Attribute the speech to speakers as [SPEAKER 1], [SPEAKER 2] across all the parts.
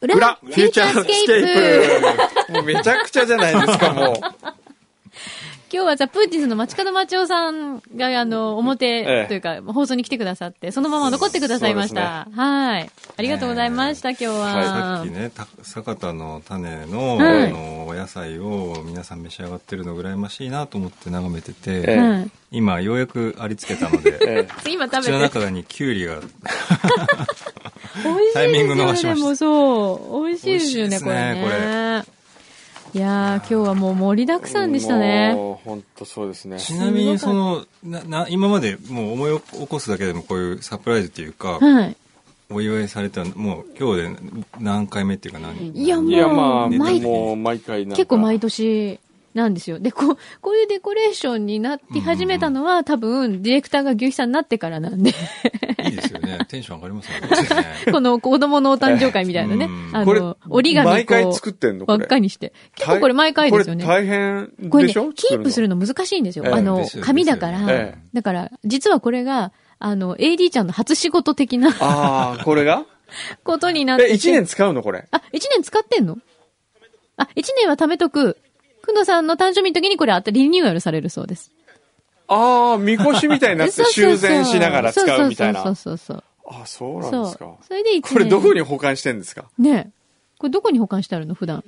[SPEAKER 1] フューチャースケー
[SPEAKER 2] プ。もうめちゃくちゃじゃないですか、もう。
[SPEAKER 1] 今日はザ・プーティンスの街角町夫さんが、あの、
[SPEAKER 2] え
[SPEAKER 1] 表
[SPEAKER 2] え
[SPEAKER 1] というか、放送に来てくださって、そのまま残ってくださいました。はい。ありがとうございました、今日
[SPEAKER 3] さ
[SPEAKER 1] は
[SPEAKER 3] っき。ねた酒田の種の,、
[SPEAKER 1] はい
[SPEAKER 3] あのお野菜を皆さん召し上がってるの羨ましいなと思って眺めてて、
[SPEAKER 2] え
[SPEAKER 1] うん
[SPEAKER 3] 今ようやくありつけたので
[SPEAKER 2] え
[SPEAKER 1] 今食べ
[SPEAKER 3] 口
[SPEAKER 1] て
[SPEAKER 3] の中にキュウリが
[SPEAKER 1] 美味しい
[SPEAKER 3] タイミング
[SPEAKER 1] で
[SPEAKER 3] 逃
[SPEAKER 1] す
[SPEAKER 3] し
[SPEAKER 1] よね、
[SPEAKER 3] ました
[SPEAKER 1] もうそう。美味しいですよ
[SPEAKER 3] 美味
[SPEAKER 1] ね、
[SPEAKER 3] しいですね
[SPEAKER 1] これね。いやー、今日はもう盛りだくさんでしたね。
[SPEAKER 2] もう、本当そうですね。
[SPEAKER 3] ちなみにそのなな今までもう思い起こすだけでもこういうサプライズっていうか、
[SPEAKER 1] はい。
[SPEAKER 3] お祝いされたのもう今日で何回目っていうか何
[SPEAKER 1] いやもう
[SPEAKER 2] いや、まあ、
[SPEAKER 1] 毎
[SPEAKER 2] もう、毎回なんか
[SPEAKER 1] 結構毎年なんですよ。で、こう、こういうデコレーションになって始めたのは、多分、ディレクターが牛肥さんになってからなんで、
[SPEAKER 3] いいですよねテンション上がりますよね
[SPEAKER 1] この子供のお誕生会みたいなね
[SPEAKER 3] う、ん
[SPEAKER 1] あ
[SPEAKER 2] これ
[SPEAKER 1] の、折り紙こう
[SPEAKER 2] 毎回作ってんのこ
[SPEAKER 1] 輪
[SPEAKER 2] れ
[SPEAKER 1] っかにして。結構これ毎回ですよね。
[SPEAKER 2] これ大変
[SPEAKER 1] これ
[SPEAKER 2] で
[SPEAKER 1] ね、
[SPEAKER 2] しょ
[SPEAKER 1] キープする
[SPEAKER 2] の。
[SPEAKER 1] の難しいんですよ。
[SPEAKER 2] ええ
[SPEAKER 1] あの
[SPEAKER 3] です、よ
[SPEAKER 1] 紙だから、
[SPEAKER 3] です
[SPEAKER 2] よええ
[SPEAKER 1] だから、実はこれが、あの、AD ちゃんの初仕事的な
[SPEAKER 2] ああ、これが
[SPEAKER 1] ことになってて。
[SPEAKER 2] え、1年使うのこれ。
[SPEAKER 1] あ、1年使ってんのあ、1年は貯めとく。くのさんの誕生日の時にこれあったリニューアルされるそうです。
[SPEAKER 2] ああ、みこしみたいになっ て
[SPEAKER 1] そうそうそう
[SPEAKER 2] 修繕しながら使うみたいな。
[SPEAKER 1] そう
[SPEAKER 2] あ
[SPEAKER 1] そうそう
[SPEAKER 2] あ、そう
[SPEAKER 1] そ
[SPEAKER 2] な
[SPEAKER 1] うんそう。
[SPEAKER 2] ですか
[SPEAKER 1] そう。。それで1年。
[SPEAKER 2] これどこに保管してんですか
[SPEAKER 1] ねえこれどこに保管してあるの普段。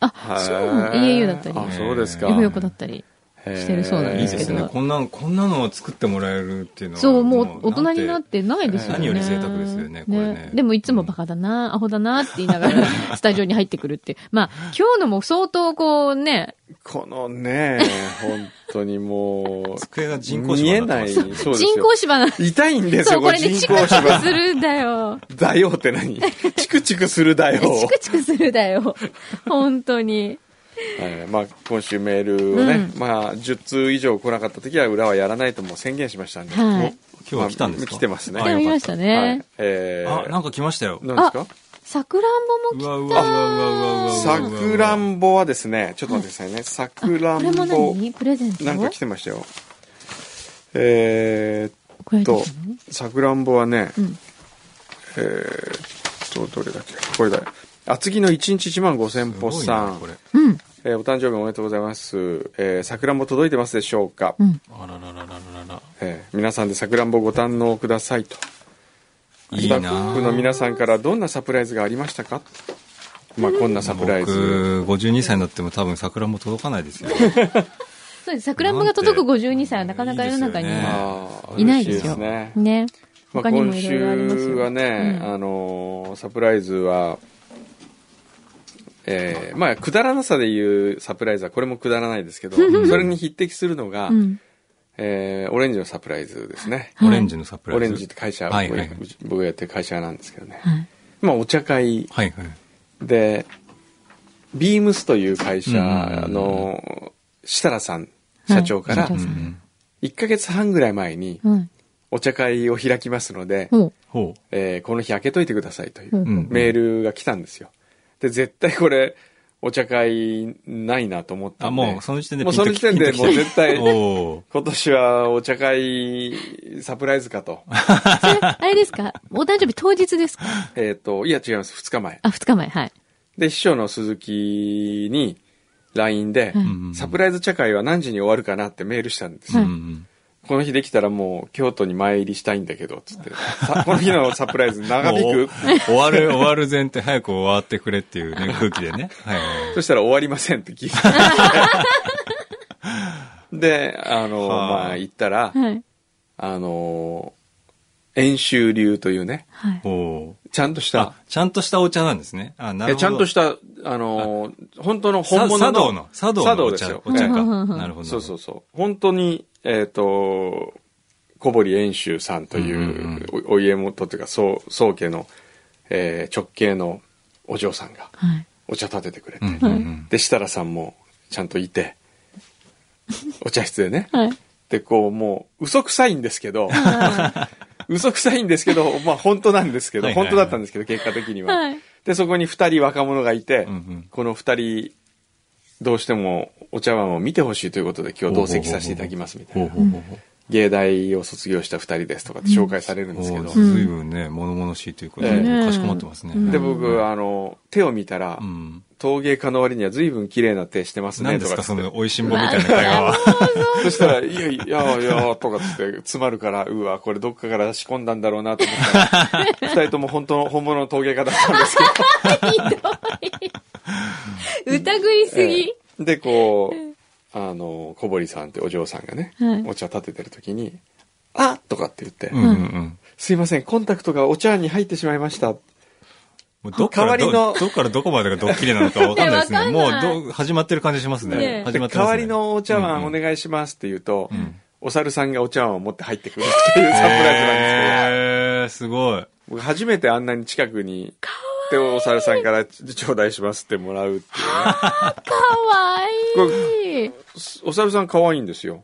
[SPEAKER 1] あ、そうなの ?EAU だったり、
[SPEAKER 2] あ、そうですか。
[SPEAKER 1] F 横だったり。
[SPEAKER 2] へー
[SPEAKER 1] してるそうなん
[SPEAKER 3] いい
[SPEAKER 1] です
[SPEAKER 3] で
[SPEAKER 1] け
[SPEAKER 3] す
[SPEAKER 1] ど
[SPEAKER 3] ねこんなこんなのを作ってもらえるっていうのは
[SPEAKER 1] そう、もう大人になっ
[SPEAKER 3] ん
[SPEAKER 1] てないですよね。
[SPEAKER 3] 何より贅沢ですよねこれね
[SPEAKER 1] でもいつもバカだな、アホだなって言いなが ら、スタジオに入ってくるっていう。まあ、今日のも相当こうね、
[SPEAKER 2] この ね、本当にも
[SPEAKER 3] 机が
[SPEAKER 2] う、
[SPEAKER 3] 人工
[SPEAKER 2] 見
[SPEAKER 3] 芝
[SPEAKER 2] え
[SPEAKER 3] になっ
[SPEAKER 2] な
[SPEAKER 3] てま
[SPEAKER 2] い。
[SPEAKER 3] す
[SPEAKER 2] そうですよ
[SPEAKER 1] 人工芝なん
[SPEAKER 2] 痛いんで
[SPEAKER 1] そ
[SPEAKER 2] す
[SPEAKER 1] う、
[SPEAKER 2] よ、
[SPEAKER 1] こ
[SPEAKER 2] こ
[SPEAKER 1] れ
[SPEAKER 2] れ
[SPEAKER 1] ね、チ
[SPEAKER 2] 人
[SPEAKER 1] ク
[SPEAKER 2] 工
[SPEAKER 1] チクす
[SPEAKER 2] 芝。
[SPEAKER 1] るんだよ。
[SPEAKER 2] だよっ て何チクチクするだよ。
[SPEAKER 1] チクチクするだよ。本当に。
[SPEAKER 2] えーまあ、今週メールをね、まあ、10通以上来なかった時は裏はやらないともう宣言しましたんで。
[SPEAKER 1] は
[SPEAKER 3] お
[SPEAKER 1] い。
[SPEAKER 3] 今日は来たんですか
[SPEAKER 2] まあ来てますね
[SPEAKER 3] あ
[SPEAKER 1] でも見ました
[SPEAKER 2] は
[SPEAKER 1] ね
[SPEAKER 2] い。。え
[SPEAKER 3] よかったあ
[SPEAKER 2] ー、
[SPEAKER 3] なんか来ましたよ
[SPEAKER 2] 何ですか
[SPEAKER 1] さくらん
[SPEAKER 3] う
[SPEAKER 1] ぼも
[SPEAKER 3] わうわうわうわうわうわ
[SPEAKER 2] さくらんぼはですね、ちょっと待ってくださいね。さく
[SPEAKER 1] 来、
[SPEAKER 2] ら
[SPEAKER 1] これも
[SPEAKER 2] んぼ、
[SPEAKER 1] 何プレゼント
[SPEAKER 2] なんか来てましたよ。え
[SPEAKER 1] これ
[SPEAKER 2] ーっ
[SPEAKER 1] どう
[SPEAKER 2] と
[SPEAKER 1] したの、
[SPEAKER 2] さくらんぼはね、
[SPEAKER 1] ん
[SPEAKER 2] えーっと、どれだっけこれだよ。厚木の1日1万5000歩
[SPEAKER 3] すごい
[SPEAKER 2] さ
[SPEAKER 3] なんこ、れ
[SPEAKER 1] うん。
[SPEAKER 2] えーお誕生日おめでとうございます。えー、さくらんぼ届いてますでしょうか、
[SPEAKER 1] うん。
[SPEAKER 3] あらららららら
[SPEAKER 2] えー皆さんでさくらんぼご堪能くださいと。
[SPEAKER 3] らい
[SPEAKER 2] ス
[SPEAKER 3] い
[SPEAKER 2] タ
[SPEAKER 3] な
[SPEAKER 2] ッフの皆さんからどんなサプライズがありましたかまあこんなサプライズ。
[SPEAKER 3] 僕52歳になっても多分桜も届かないですよ
[SPEAKER 1] そうです。さくらんぼが届く52歳はなかなか世の中に
[SPEAKER 3] いいですよね
[SPEAKER 2] あー
[SPEAKER 1] いないです
[SPEAKER 2] 嬉
[SPEAKER 1] よ。
[SPEAKER 2] しいね
[SPEAKER 1] ね。
[SPEAKER 2] まあ、
[SPEAKER 1] 他にも
[SPEAKER 2] 今
[SPEAKER 1] いろいろありますよ。
[SPEAKER 2] 週はね、
[SPEAKER 1] うん
[SPEAKER 2] あのーサプライズは、えーまあくだらなさでいうサプライズはこれもくだらないです けど、それに匹敵するのが、
[SPEAKER 1] うん。
[SPEAKER 2] えーオレンジのサプライズですね。
[SPEAKER 3] オレンジのサプラ
[SPEAKER 2] オ
[SPEAKER 3] イズ
[SPEAKER 2] レンジって会社、
[SPEAKER 3] はいはいはいう
[SPEAKER 2] ち僕がやってる会社なんですけどね。
[SPEAKER 1] はい。
[SPEAKER 2] まあお茶会
[SPEAKER 3] はいはい
[SPEAKER 2] で、ビームスという会社の設楽さん社長か
[SPEAKER 1] は
[SPEAKER 2] ら
[SPEAKER 1] い社長
[SPEAKER 3] う
[SPEAKER 1] さ
[SPEAKER 3] ん
[SPEAKER 2] 1ヶ月半ぐらい前に
[SPEAKER 1] はい。
[SPEAKER 2] お茶会を開きますので、
[SPEAKER 1] ほう。
[SPEAKER 3] ほ
[SPEAKER 2] えーこの日開けといてくださいといううんメールが来たんですよ。で、絶対これお茶会ないなと思った
[SPEAKER 3] あ
[SPEAKER 2] んで。
[SPEAKER 3] もうその時点で
[SPEAKER 2] もうその時点でもう絶対今年はお茶会サプライズ かと。
[SPEAKER 1] それ、あれですかお誕生日当日ですか
[SPEAKER 2] えっと、いや違います、2日前。
[SPEAKER 1] あ、二日前、はい。
[SPEAKER 2] で、秘書の鈴木に LINE で、
[SPEAKER 1] うん
[SPEAKER 2] サプライズ茶会は何時に終わるかなってメールしたんです
[SPEAKER 3] ラ
[SPEAKER 2] よ。
[SPEAKER 3] イズ
[SPEAKER 2] この日できたらもう京都に参りしたいんだけど、つ って。さこの日のサプライズ長引く
[SPEAKER 3] 終わる終わる前提早く終わってくれっていう ね空気でねはいはい
[SPEAKER 2] そしたら終わりませんっ て聞いて。で、あの、
[SPEAKER 3] はあ
[SPEAKER 2] まあ、行ったら、
[SPEAKER 1] はい。
[SPEAKER 2] あの、演習流というね、
[SPEAKER 1] はい。
[SPEAKER 3] ほう
[SPEAKER 2] ちゃんとし
[SPEAKER 3] あ
[SPEAKER 2] た、
[SPEAKER 3] ちゃんとしたお茶なんですねあなる
[SPEAKER 2] え
[SPEAKER 3] ほど
[SPEAKER 2] ちゃんとした、あの、本当の
[SPEAKER 3] さ
[SPEAKER 2] 本物
[SPEAKER 3] 茶
[SPEAKER 2] の。
[SPEAKER 3] 道の茶道
[SPEAKER 2] 茶
[SPEAKER 3] のお
[SPEAKER 2] です
[SPEAKER 3] 茶
[SPEAKER 2] よ。
[SPEAKER 3] お茶
[SPEAKER 1] う
[SPEAKER 3] か
[SPEAKER 1] んうんうん
[SPEAKER 3] なるほど
[SPEAKER 2] そうそうそう。本当に、えっ、と、小堀遠州さんとい
[SPEAKER 3] うんうん
[SPEAKER 2] う、おお家元というか、宗宗家の、えー直系のお嬢さんが
[SPEAKER 1] はい。
[SPEAKER 2] お茶立ててくれて、
[SPEAKER 3] うんうんうん
[SPEAKER 2] で、設楽さんもちゃんといて、お茶室でね。
[SPEAKER 1] はい。
[SPEAKER 2] で、こう、もう、嘘くさいんです けど、嘘くさいんですけど、まあ、本当なんですけど、
[SPEAKER 3] はいはいは
[SPEAKER 2] 本
[SPEAKER 3] い
[SPEAKER 2] 当だったんですけど、結果的には。
[SPEAKER 1] はい
[SPEAKER 2] で、そこに二人若者がいて、
[SPEAKER 3] うんうん
[SPEAKER 2] この二人、どうしてもお茶碗を見てほしいということで、今日同席させていただきますみたい
[SPEAKER 3] ほう
[SPEAKER 2] な
[SPEAKER 3] ほうほうほう
[SPEAKER 2] 芸大を卒業した二人ですとかって紹介されるんですけど、
[SPEAKER 1] ん
[SPEAKER 3] ずいぶんね、物々しいというか、
[SPEAKER 2] え
[SPEAKER 1] え
[SPEAKER 3] かしこまってますね。
[SPEAKER 1] うん
[SPEAKER 2] で、僕、あの、手を見たら、
[SPEAKER 3] うん。
[SPEAKER 2] 陶芸家の割には随分綺麗な手してますね
[SPEAKER 3] 何
[SPEAKER 2] と
[SPEAKER 3] です
[SPEAKER 2] か
[SPEAKER 3] か、
[SPEAKER 2] っつ
[SPEAKER 3] そ
[SPEAKER 2] って
[SPEAKER 3] の、美味しんぼみたいな会話 は。
[SPEAKER 2] そしたら、いやいや、いや、とかっつって、詰まるから、うわ、これどっかから仕込んだんだろうなと思ったら、 二人とも本当の、本物の陶芸家だったんですけど。
[SPEAKER 1] 歌食いすぎ。
[SPEAKER 2] ええで、こう、あの、小堀さんってお嬢さんがね、
[SPEAKER 1] はい
[SPEAKER 2] お茶立ててる時に、あとかって言って、
[SPEAKER 3] うんうんうん。
[SPEAKER 2] すいません、コンタクトがお茶に入ってしまいました。
[SPEAKER 3] もうどっから
[SPEAKER 2] 代
[SPEAKER 3] ど、
[SPEAKER 2] わりの
[SPEAKER 3] どっからどこまでがドッキリなのかわかんないですね。
[SPEAKER 1] ねわかんない
[SPEAKER 3] もうど、始まってる感じします
[SPEAKER 1] ね
[SPEAKER 3] ね。
[SPEAKER 2] で
[SPEAKER 3] 始まってますね。
[SPEAKER 2] 代わりのお茶碗お願いしますって言うと、
[SPEAKER 3] ん
[SPEAKER 2] お猿さんがお茶碗を持って入ってくるっていうサプライズなんですけど、
[SPEAKER 3] へー、すごい。
[SPEAKER 2] 僕初めてあんなに近くに、で、お猿さんからち頂戴しますってもらうっていうね。
[SPEAKER 1] かわいい。いやー、
[SPEAKER 2] お猿さん可愛いんですよ。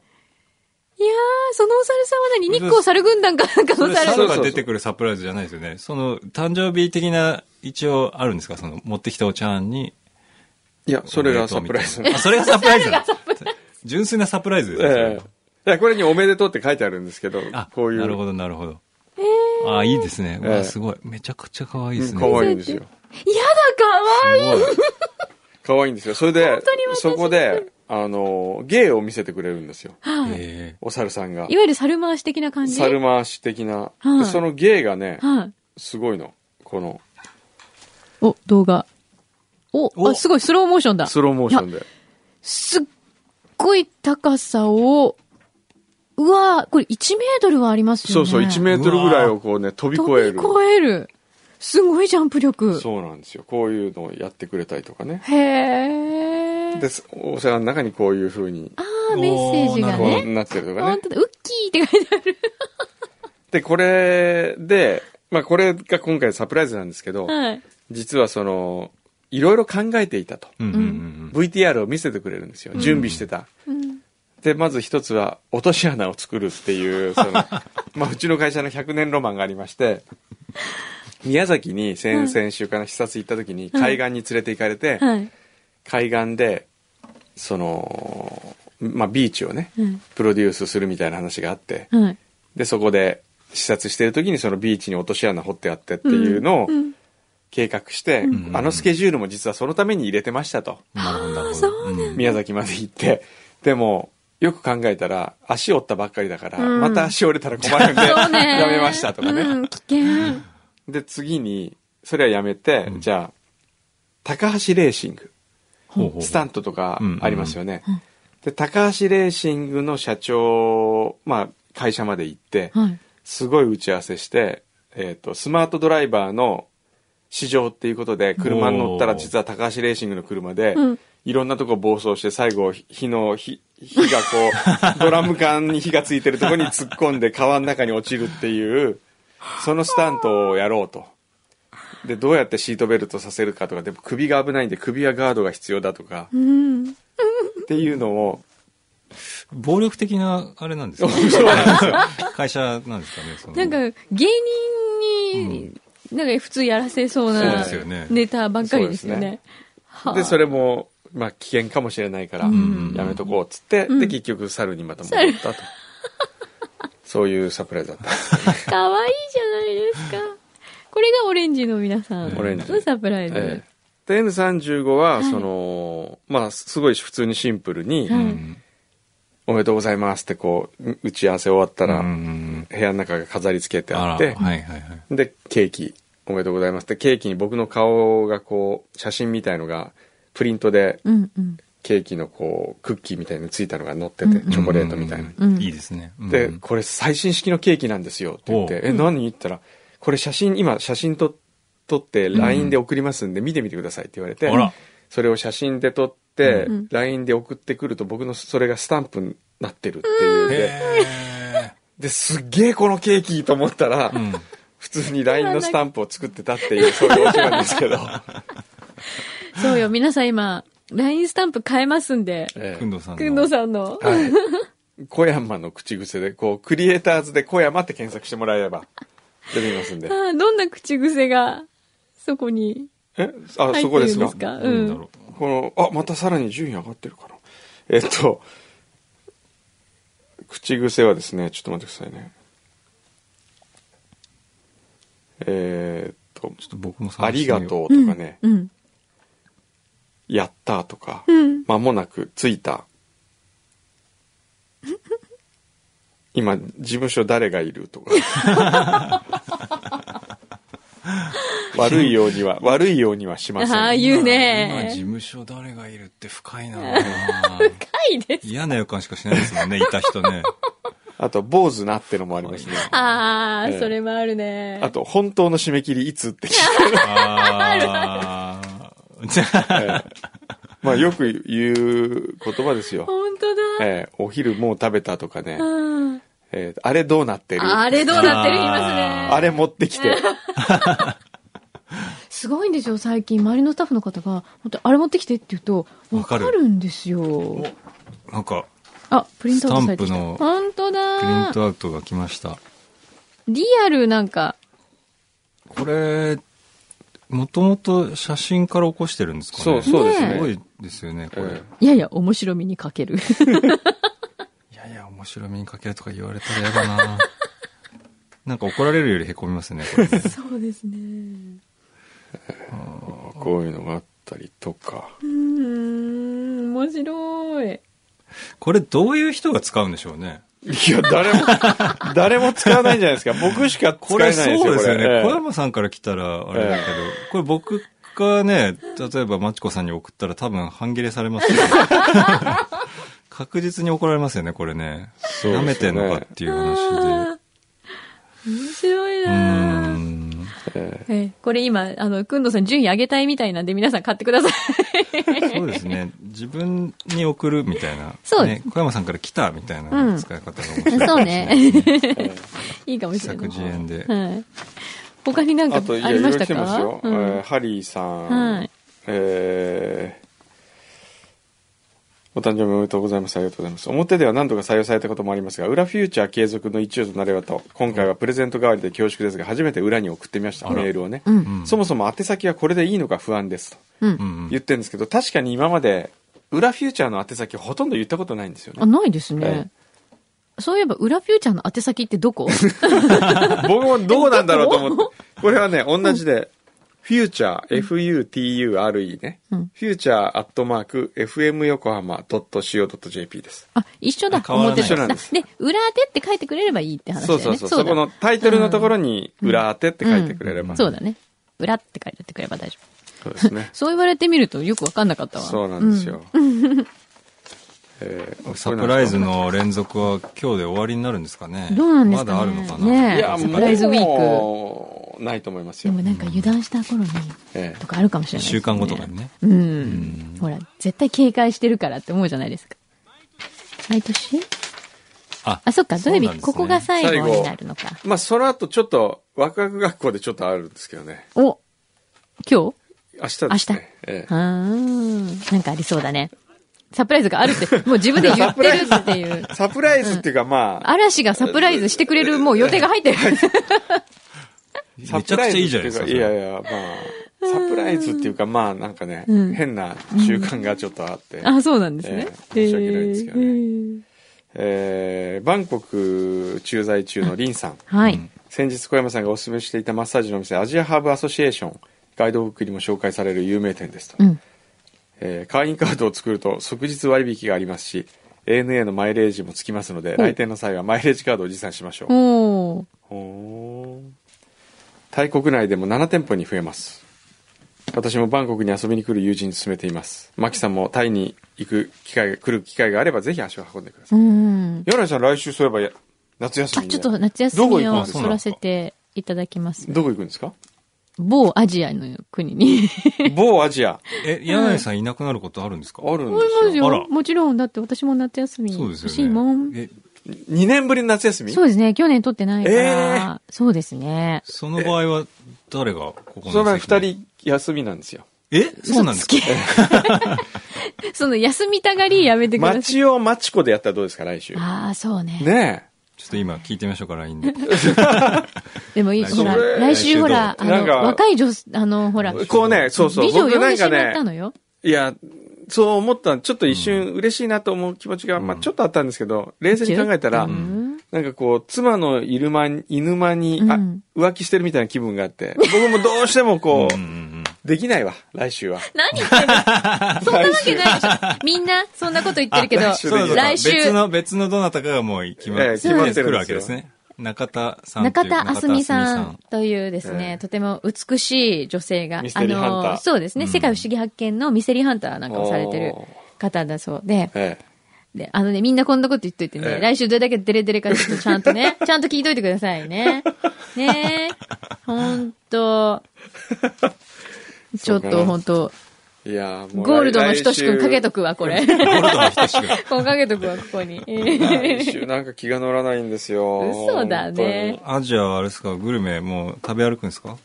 [SPEAKER 1] そのお猿さんは何日光猿軍団かなんか
[SPEAKER 3] そ
[SPEAKER 1] の
[SPEAKER 3] れ、
[SPEAKER 1] 猿
[SPEAKER 3] 猿
[SPEAKER 2] うそう
[SPEAKER 3] が出てくるサプライズじゃないですよね。その、誕生日的な、一応あるんですかその、持ってきたお茶碗に。
[SPEAKER 2] いや、それがサプライズ。
[SPEAKER 3] あ、それがサプライズ純粋なサプライズですねそれ
[SPEAKER 2] ええ。だからこれにおめでとうって書いてあるんですけど
[SPEAKER 3] あ、、
[SPEAKER 2] こういう。
[SPEAKER 3] なるほど、なるほど。あいいですね。う
[SPEAKER 2] ええ
[SPEAKER 3] わ、すごい。めちゃくちゃ可愛いですね。
[SPEAKER 2] 可愛いんですよ。
[SPEAKER 1] やだ、かわいい。
[SPEAKER 3] すごい
[SPEAKER 2] 可愛いんですよ。それで
[SPEAKER 1] 当に、私
[SPEAKER 2] そこで、あの、芸を見せてくれるんですよ。
[SPEAKER 3] え
[SPEAKER 2] お猿さんが
[SPEAKER 1] い。わゆる猿回し的な感じ。
[SPEAKER 2] 猿回し的な。
[SPEAKER 1] はい
[SPEAKER 2] でその芸がね、
[SPEAKER 1] はい。
[SPEAKER 2] すごいの。この、
[SPEAKER 1] お、動画。お、
[SPEAKER 3] お
[SPEAKER 1] あ、すごい、スローモーションだ。
[SPEAKER 2] スローモーションで。
[SPEAKER 1] すっごい高さを、うわーこれ1メートルはあります
[SPEAKER 2] そ
[SPEAKER 1] よ
[SPEAKER 2] う
[SPEAKER 1] ね。
[SPEAKER 2] そう、1メートルぐらいをこうね、飛び越える。
[SPEAKER 1] 飛び越える。すごいジャンプ力。
[SPEAKER 2] そうなんですよ。こういうのをやってくれたりとかね。
[SPEAKER 1] へー
[SPEAKER 2] で、お皿の中にこういう風に、
[SPEAKER 1] あーメッセージが
[SPEAKER 3] おー
[SPEAKER 2] こ
[SPEAKER 1] ね
[SPEAKER 2] う。なってるとか
[SPEAKER 1] 本
[SPEAKER 2] ね。
[SPEAKER 1] 当だ、ウッキーって書いてある。
[SPEAKER 2] で、これで、まあこれが今回サプライズなんですけど、
[SPEAKER 1] はい。
[SPEAKER 2] 実はその、いろいろ考えていたと。
[SPEAKER 3] えうんうんうん。
[SPEAKER 2] VTR を見せてくれるんですよ。準備してた。
[SPEAKER 1] うん
[SPEAKER 2] で、まず一つは、落とし穴を作るっていう、 その、まあ、うちの会社の100年ロマンがありまして、宮崎に先々週から視察行った時に、海岸に連れて行かれて、
[SPEAKER 1] はい。
[SPEAKER 2] 海岸で、その、まあ、ビーチをね、
[SPEAKER 1] うん
[SPEAKER 2] プロデュースするみたいな話があって、
[SPEAKER 1] はい。
[SPEAKER 2] で、そこで視察してる時にそのビーチに落とし穴掘ってあってっていうのを
[SPEAKER 1] うん
[SPEAKER 2] 計画して、
[SPEAKER 3] ん
[SPEAKER 2] あのスケジュールも実はそのために入れてましたと。
[SPEAKER 3] なるほど、なるほど。うん
[SPEAKER 2] 宮崎まで行って、でも、よく考えたら、足折ったばっかりだから、
[SPEAKER 1] うん
[SPEAKER 2] また足折れたら困るんで、
[SPEAKER 1] そうね。
[SPEAKER 2] やめましたとかね。
[SPEAKER 1] うん、危険。
[SPEAKER 2] で、次に、それはやめて、じゃあ、高橋レーシング、
[SPEAKER 3] ほうほう
[SPEAKER 2] スタントとかありますよね。
[SPEAKER 1] うんうん
[SPEAKER 2] で、高橋レーシングの社長、まあ、会社まで行って、
[SPEAKER 1] はい。
[SPEAKER 2] すごい打ち合わせして、えっ、と、スマートドライバーの市場っていうことで、車に乗ったら
[SPEAKER 3] おー
[SPEAKER 2] 実は高橋レーシングの車で、
[SPEAKER 1] うん
[SPEAKER 2] いろんなとこ暴走して、最後、火の、火、火が こう、ドラム缶に火がついてるとこに突っ込んで川の中に落ちるっていう、そのスタントをやろうと。で、どうやってシートベルトさせるかとか、でも首が危ないんで首はガードが必要だとか、
[SPEAKER 1] うん。
[SPEAKER 2] っていうのを、
[SPEAKER 3] 暴力的な、あれなん ですか会社なんですかねその
[SPEAKER 1] なんか、芸人に、なんか普通やらせそう
[SPEAKER 2] そう
[SPEAKER 1] な
[SPEAKER 2] ですよ
[SPEAKER 3] ね
[SPEAKER 1] ネタばっかりですよね。はあ
[SPEAKER 2] で、それも、まあ、危険かもしれないから、
[SPEAKER 3] ん
[SPEAKER 2] やめとこうっつって、で、結局、猿にまた戻ったと。そういうサプライズだった。
[SPEAKER 1] かわいいじゃないですか。これがオレンジの皆さん
[SPEAKER 2] オレンジ
[SPEAKER 1] のサプライズ。
[SPEAKER 2] ええで、N35 は、
[SPEAKER 1] い
[SPEAKER 2] その、まあ、すごい普通にシンプルに、
[SPEAKER 1] はい
[SPEAKER 3] うん
[SPEAKER 2] おめでとうございますって、こう、打ち合わせ終わったら、
[SPEAKER 3] うんうんうん
[SPEAKER 2] 部屋の中が飾り付けてあ
[SPEAKER 3] あ
[SPEAKER 2] っ
[SPEAKER 3] ら、は
[SPEAKER 2] て
[SPEAKER 3] い、はいはい。
[SPEAKER 2] で、ケーキ、おめでとうございますって、ケーキに僕の顔がこう、写真みたいのが、プリントで、
[SPEAKER 1] うんうん。
[SPEAKER 2] ケーキのこう、クッキーみたいのついたのが乗ってて、チョコレートみたいな。
[SPEAKER 1] うん
[SPEAKER 3] いいですね。うん
[SPEAKER 2] で、これ最新式のケーキなんですよって言って、え、何言ったら、これ写真、今写真撮撮って、LINE で送りますんで見てみてくださいって言われて、
[SPEAKER 3] あら
[SPEAKER 2] それを写真で撮って、
[SPEAKER 1] うん
[SPEAKER 2] LINE で送ってくると僕のそれがスタンプになってるっていうで、
[SPEAKER 3] へ
[SPEAKER 2] で、すっげえこのケーキと思ったら、
[SPEAKER 3] ーうん
[SPEAKER 2] 普通に LINE のスタンプを作ってたっていう、そういうオチなんです けど。
[SPEAKER 1] そうよ、皆さん今、LINE スタンプ変えますんで、
[SPEAKER 2] え
[SPEAKER 3] く
[SPEAKER 2] え
[SPEAKER 3] んどうさんの。
[SPEAKER 1] くんどうさんの。
[SPEAKER 2] はい。小山の口癖で、こう、クリエイターズで小山って検索してもらえれば、出てきますんで。
[SPEAKER 1] ああどんな口癖が、そこに
[SPEAKER 2] えあ、
[SPEAKER 1] 入
[SPEAKER 2] そ
[SPEAKER 1] っ
[SPEAKER 2] こ
[SPEAKER 1] てる
[SPEAKER 2] です
[SPEAKER 1] んで
[SPEAKER 2] か
[SPEAKER 1] すかう
[SPEAKER 3] なんだ
[SPEAKER 1] ん。
[SPEAKER 3] ろ
[SPEAKER 2] この、あ、またさらに順位上がってるから。えっと、口癖はですね、ちょっと待ってくださいね。えーっと、
[SPEAKER 3] ちょっと僕も
[SPEAKER 2] ありが
[SPEAKER 3] う。
[SPEAKER 2] とうと
[SPEAKER 1] うん
[SPEAKER 2] かね、
[SPEAKER 1] うん。
[SPEAKER 2] やったーとか、
[SPEAKER 1] うん。
[SPEAKER 2] 間もなく着いた。今、事務所誰がいる とか。悪いようには、悪いようにはしません。
[SPEAKER 1] ああ、言う
[SPEAKER 3] 今事
[SPEAKER 1] ね。
[SPEAKER 3] 務所誰がいるって深いな
[SPEAKER 1] 深いです。
[SPEAKER 3] 嫌な予感しかしないですもんね、いた 人ね。
[SPEAKER 2] あと、坊主なってのもありますね。
[SPEAKER 1] あ
[SPEAKER 2] ええ
[SPEAKER 1] あ、それもあるね。
[SPEAKER 2] あと、本当の締め切りい つって聞い
[SPEAKER 3] ああ。じゃあ、
[SPEAKER 2] て、まあよく言う言葉です よ。
[SPEAKER 1] 本当だ。
[SPEAKER 2] ええお昼もう食べたとかね、
[SPEAKER 1] うん
[SPEAKER 2] ええあれどうなってる
[SPEAKER 1] あれどうなってる言いますね。
[SPEAKER 2] あれ持って きて、
[SPEAKER 1] すごいんですよ、最近。周りのスタッフの方が、本当あれ持ってきてって言うと、わ
[SPEAKER 3] わ
[SPEAKER 1] か
[SPEAKER 3] かる
[SPEAKER 1] るんですよ。
[SPEAKER 3] なんか、
[SPEAKER 1] あ、プリントアウトされてきた。
[SPEAKER 3] スタンプの
[SPEAKER 1] 本当
[SPEAKER 3] プリン
[SPEAKER 1] だ。
[SPEAKER 3] トアウトが来ました。
[SPEAKER 1] リアルなんか、
[SPEAKER 3] これ、もともと写真から起こしてるんですかね。
[SPEAKER 2] そうそうですね
[SPEAKER 3] すごいですよね、これ。
[SPEAKER 2] え
[SPEAKER 1] やや面白みに欠 ける。
[SPEAKER 3] いやいや、面白みにかけるとか言われたら嫌だな なんか怒られるより凹みますね、これね。
[SPEAKER 1] そうですね。
[SPEAKER 2] えこういうのがあったりとか
[SPEAKER 1] うーん、面白い。
[SPEAKER 3] これどういう人が使うんでしょうね。
[SPEAKER 2] いや 誰も誰も使わないんじゃないですか僕しか使え
[SPEAKER 3] こ
[SPEAKER 2] な
[SPEAKER 3] れ
[SPEAKER 2] いです
[SPEAKER 3] そ
[SPEAKER 2] よ
[SPEAKER 3] うですよ
[SPEAKER 2] これえ
[SPEAKER 3] ね。
[SPEAKER 2] え
[SPEAKER 3] 小山さんから来たら、あれだけど、これ僕がね、例えばマチコさんに送ったら多分半切れされますよ 確実に怒られますよね、これね。
[SPEAKER 2] うですね
[SPEAKER 3] 舐めてんのかっていう話で。
[SPEAKER 1] あー面白いう
[SPEAKER 3] ー
[SPEAKER 1] なー
[SPEAKER 3] ん。
[SPEAKER 2] え
[SPEAKER 1] えこれ今、あの、くんどさん順位上げたいみたいなんで皆さん買ってください。
[SPEAKER 3] そうですね。自分に送るみたいな。
[SPEAKER 1] そう
[SPEAKER 3] ね。小山さんから来たみたい
[SPEAKER 1] うん
[SPEAKER 3] な使い方が面白いかもしれないですね。
[SPEAKER 2] ええ え
[SPEAKER 1] いいかもし
[SPEAKER 3] 自
[SPEAKER 1] れな
[SPEAKER 3] 作
[SPEAKER 1] い。
[SPEAKER 3] 自演で。
[SPEAKER 1] はい。他になんか
[SPEAKER 2] あといや
[SPEAKER 1] あ
[SPEAKER 2] い
[SPEAKER 1] りま
[SPEAKER 2] ろい
[SPEAKER 1] した
[SPEAKER 2] ろ来て
[SPEAKER 1] か
[SPEAKER 2] ますよ、
[SPEAKER 1] うん
[SPEAKER 2] ええハリーさん、
[SPEAKER 1] はい
[SPEAKER 2] えーお誕生日おめでとうございます。ありがとうございます。表では何度か採用されたこともありますが、裏フューチャー継続の一助となればと、今回はプレゼント代わりで恐縮ですが、初めて裏に送ってみました、
[SPEAKER 3] ら
[SPEAKER 2] メールをね。
[SPEAKER 1] うん
[SPEAKER 3] うん
[SPEAKER 2] そもそも宛先はこれでいいのか不安ですと
[SPEAKER 1] うん
[SPEAKER 3] う。ん。
[SPEAKER 2] 言ってるんですけど、確かに今まで、裏フューチャーの宛先ほとんど言ったことないんですよ
[SPEAKER 1] あ、
[SPEAKER 2] ね。
[SPEAKER 1] ないですね。
[SPEAKER 2] え
[SPEAKER 1] そういえば、裏フューチャーの宛先ってど こ
[SPEAKER 2] 僕もどうなんだろうと思って。これはね、同じで、フューチャー、F-U-T-U-R-E ね。
[SPEAKER 1] うん
[SPEAKER 2] フューチャーアットマーク、fmyokohama.co.jp です。
[SPEAKER 1] あ、一緒だ。
[SPEAKER 3] 変わらない
[SPEAKER 1] 表と
[SPEAKER 2] 一緒なんです
[SPEAKER 1] で、裏宛てって書いてくれればいいって話だ
[SPEAKER 2] そ
[SPEAKER 1] よ
[SPEAKER 2] う
[SPEAKER 1] ね。
[SPEAKER 2] そうそう。そこのタイトルのところに、裏当てって書いてくれれば。
[SPEAKER 1] そうだね。裏って書いてってくれば大丈夫。。
[SPEAKER 2] そうですね
[SPEAKER 1] そう言われてみるとよくわかんなかったわ。
[SPEAKER 2] そうなんですよ。えー
[SPEAKER 3] サプライズの連続は今日で終わりになるんですかね
[SPEAKER 1] どうなんですかね
[SPEAKER 3] まだあるのかな、
[SPEAKER 1] ね
[SPEAKER 2] いや、
[SPEAKER 1] サプライズウィーク
[SPEAKER 2] もう、ないと思います
[SPEAKER 1] で
[SPEAKER 2] よ
[SPEAKER 1] も。なんか油断した頃に、
[SPEAKER 2] え
[SPEAKER 1] とかあるかもしれ
[SPEAKER 3] 一
[SPEAKER 1] ない、
[SPEAKER 3] 週間後とかに。ね。
[SPEAKER 1] うん。ほら、絶対警戒してるからって思うじゃないですか。毎年
[SPEAKER 3] あ
[SPEAKER 1] あ、そっか、土曜
[SPEAKER 3] そう
[SPEAKER 1] 日、
[SPEAKER 3] なんです
[SPEAKER 1] こ
[SPEAKER 3] ね
[SPEAKER 1] こが最後になるのか。
[SPEAKER 2] えまあ、その後ちょっと、ワクワク学校でちょっとあるんですけどね。
[SPEAKER 1] お今日
[SPEAKER 2] 明日で
[SPEAKER 1] 明
[SPEAKER 2] す
[SPEAKER 1] 日
[SPEAKER 2] ね。え
[SPEAKER 1] う
[SPEAKER 2] え
[SPEAKER 1] ーん。なんかありそうだね。サプライズがあるって、もう自分で言ってるっていう。
[SPEAKER 2] サプライズっていうか、まあ、
[SPEAKER 1] 嵐がサプライズしてくれるもう予定が入 ってる。
[SPEAKER 3] め
[SPEAKER 2] サ
[SPEAKER 3] ち
[SPEAKER 2] プ
[SPEAKER 3] ゃく
[SPEAKER 2] ラ
[SPEAKER 3] ちゃ
[SPEAKER 2] イズ
[SPEAKER 3] いいじゃないです
[SPEAKER 2] っ
[SPEAKER 3] か。
[SPEAKER 2] ていういやいや、まあ、サプライズっていうか、まあ、なんかね、
[SPEAKER 1] うん
[SPEAKER 2] 変な習慣がちょっとあって、
[SPEAKER 1] あ、そうなんですね。
[SPEAKER 2] ええ申し訳ないですけどね
[SPEAKER 1] えー
[SPEAKER 2] えーバンコク駐在中のリンさん、
[SPEAKER 1] は
[SPEAKER 3] う
[SPEAKER 1] い
[SPEAKER 3] ん。
[SPEAKER 2] 先日小山さんがお勧めしていたマッサージのお店、アジアハーブアソシエーション、ガイドブックにも紹介される有名店ですと。
[SPEAKER 1] うん。
[SPEAKER 2] えー会員カードを作ると即日割引がありますし、ANA のマイレージもつきますので、
[SPEAKER 1] お
[SPEAKER 2] 来店の際はマイレージカードを持参しましょう。
[SPEAKER 1] おー。
[SPEAKER 2] ほータイ国内でも7店舗に増えます私もバンコクに遊びに来る友人に勧めていますマキさんもタイに行く機会が来る機会があればぜひ足を運んでくださ
[SPEAKER 1] う
[SPEAKER 2] い
[SPEAKER 1] ん。
[SPEAKER 2] 柳井さん来週そういえばや夏休
[SPEAKER 1] あ、
[SPEAKER 2] みで
[SPEAKER 1] ちょっと夏休
[SPEAKER 2] どこ
[SPEAKER 1] み
[SPEAKER 2] 行くん
[SPEAKER 1] を
[SPEAKER 2] ですか
[SPEAKER 1] 取らせていただきます。
[SPEAKER 2] どこ行くんですか
[SPEAKER 1] 某アジアの国 に。
[SPEAKER 2] 某アジア
[SPEAKER 3] え、柳井さんいなくなることあるんですか、
[SPEAKER 2] あるん
[SPEAKER 1] 思います
[SPEAKER 2] ですよ
[SPEAKER 3] あ
[SPEAKER 1] よ
[SPEAKER 3] ら。
[SPEAKER 1] もちろん、だって私も夏休み
[SPEAKER 3] そうです
[SPEAKER 1] 欲
[SPEAKER 3] よ
[SPEAKER 1] しい
[SPEAKER 3] ね。
[SPEAKER 1] もん。
[SPEAKER 3] え、
[SPEAKER 2] 2年ぶりの夏休み
[SPEAKER 1] そうですね。去年撮ってないから。
[SPEAKER 2] え
[SPEAKER 1] そうですね。
[SPEAKER 3] その場合は誰がここの
[SPEAKER 2] その前
[SPEAKER 3] 席
[SPEAKER 2] 2
[SPEAKER 3] に
[SPEAKER 2] 人休みなんですよ
[SPEAKER 3] えそうなんですか
[SPEAKER 1] 嘘つけその休みたがりやめてください。
[SPEAKER 2] 町を町子でやったらどうですか来週
[SPEAKER 1] ああ、そうね。
[SPEAKER 2] ね
[SPEAKER 3] ちょっと今聞いてみましょうか、LINE で。
[SPEAKER 1] でもいい、
[SPEAKER 3] 来
[SPEAKER 2] 週
[SPEAKER 1] ほら、
[SPEAKER 2] それ
[SPEAKER 1] 来週ほら、あ
[SPEAKER 2] 来週どうなん
[SPEAKER 1] の、
[SPEAKER 2] か
[SPEAKER 1] 若い女、あの、ほら、
[SPEAKER 2] えこうねそうそう
[SPEAKER 1] 美女を
[SPEAKER 2] 僕
[SPEAKER 1] 呼ん
[SPEAKER 2] な
[SPEAKER 1] で
[SPEAKER 2] ん
[SPEAKER 1] しま
[SPEAKER 2] か
[SPEAKER 1] った
[SPEAKER 2] ね
[SPEAKER 1] のよ。
[SPEAKER 2] いやそう思った、ちょっと一瞬嬉しいなと思う気持ちが、まあちょっとあったんですけど、冷静に考えたら、
[SPEAKER 1] うん
[SPEAKER 2] なんかこう、妻のいる間に、犬間に、あ
[SPEAKER 1] うん
[SPEAKER 2] 浮気してるみたいな気分があって、僕もどうしてもこう、
[SPEAKER 3] うんうん
[SPEAKER 2] できないわ、来週は。
[SPEAKER 1] 何言ってるそんなわけないでしょ。みんな、そんなこと言ってるけど、
[SPEAKER 2] あ来週でいいよ
[SPEAKER 1] 来週
[SPEAKER 3] 別の、別のどなたかがもう決まっ
[SPEAKER 2] ええ
[SPEAKER 3] て、
[SPEAKER 2] 決まってるんですよ
[SPEAKER 3] 来るわけですね。中田さんってい
[SPEAKER 1] 中
[SPEAKER 3] う。
[SPEAKER 1] 田あすみさんというです
[SPEAKER 2] え
[SPEAKER 1] ね
[SPEAKER 2] え、
[SPEAKER 1] とても美しい女性が、
[SPEAKER 2] ミステリーハンター
[SPEAKER 1] の、そうですね、
[SPEAKER 3] うん
[SPEAKER 1] 世界不思議発見のミステリーハンターなんかをされてる
[SPEAKER 2] おー
[SPEAKER 1] 方だそうで、
[SPEAKER 2] ええ
[SPEAKER 1] で、あのね、みんなこんなこと言っといてね、
[SPEAKER 2] ええ
[SPEAKER 1] 来週どれだけデレデレかちょっとちゃんとね、 ちゃんと聞いといてくださいね。ねほんと、ちょっとほんと、
[SPEAKER 2] いやーもう来
[SPEAKER 1] ゴールドのひとしくんかけとくわ、これ。こ
[SPEAKER 3] ゴルドの人しく。
[SPEAKER 1] うかけと くわ、ここに。
[SPEAKER 2] 来週来週なんか気が乗らないんですよ。
[SPEAKER 1] 嘘だね
[SPEAKER 3] アジアはあれですか、グルメもう食べ歩くんですか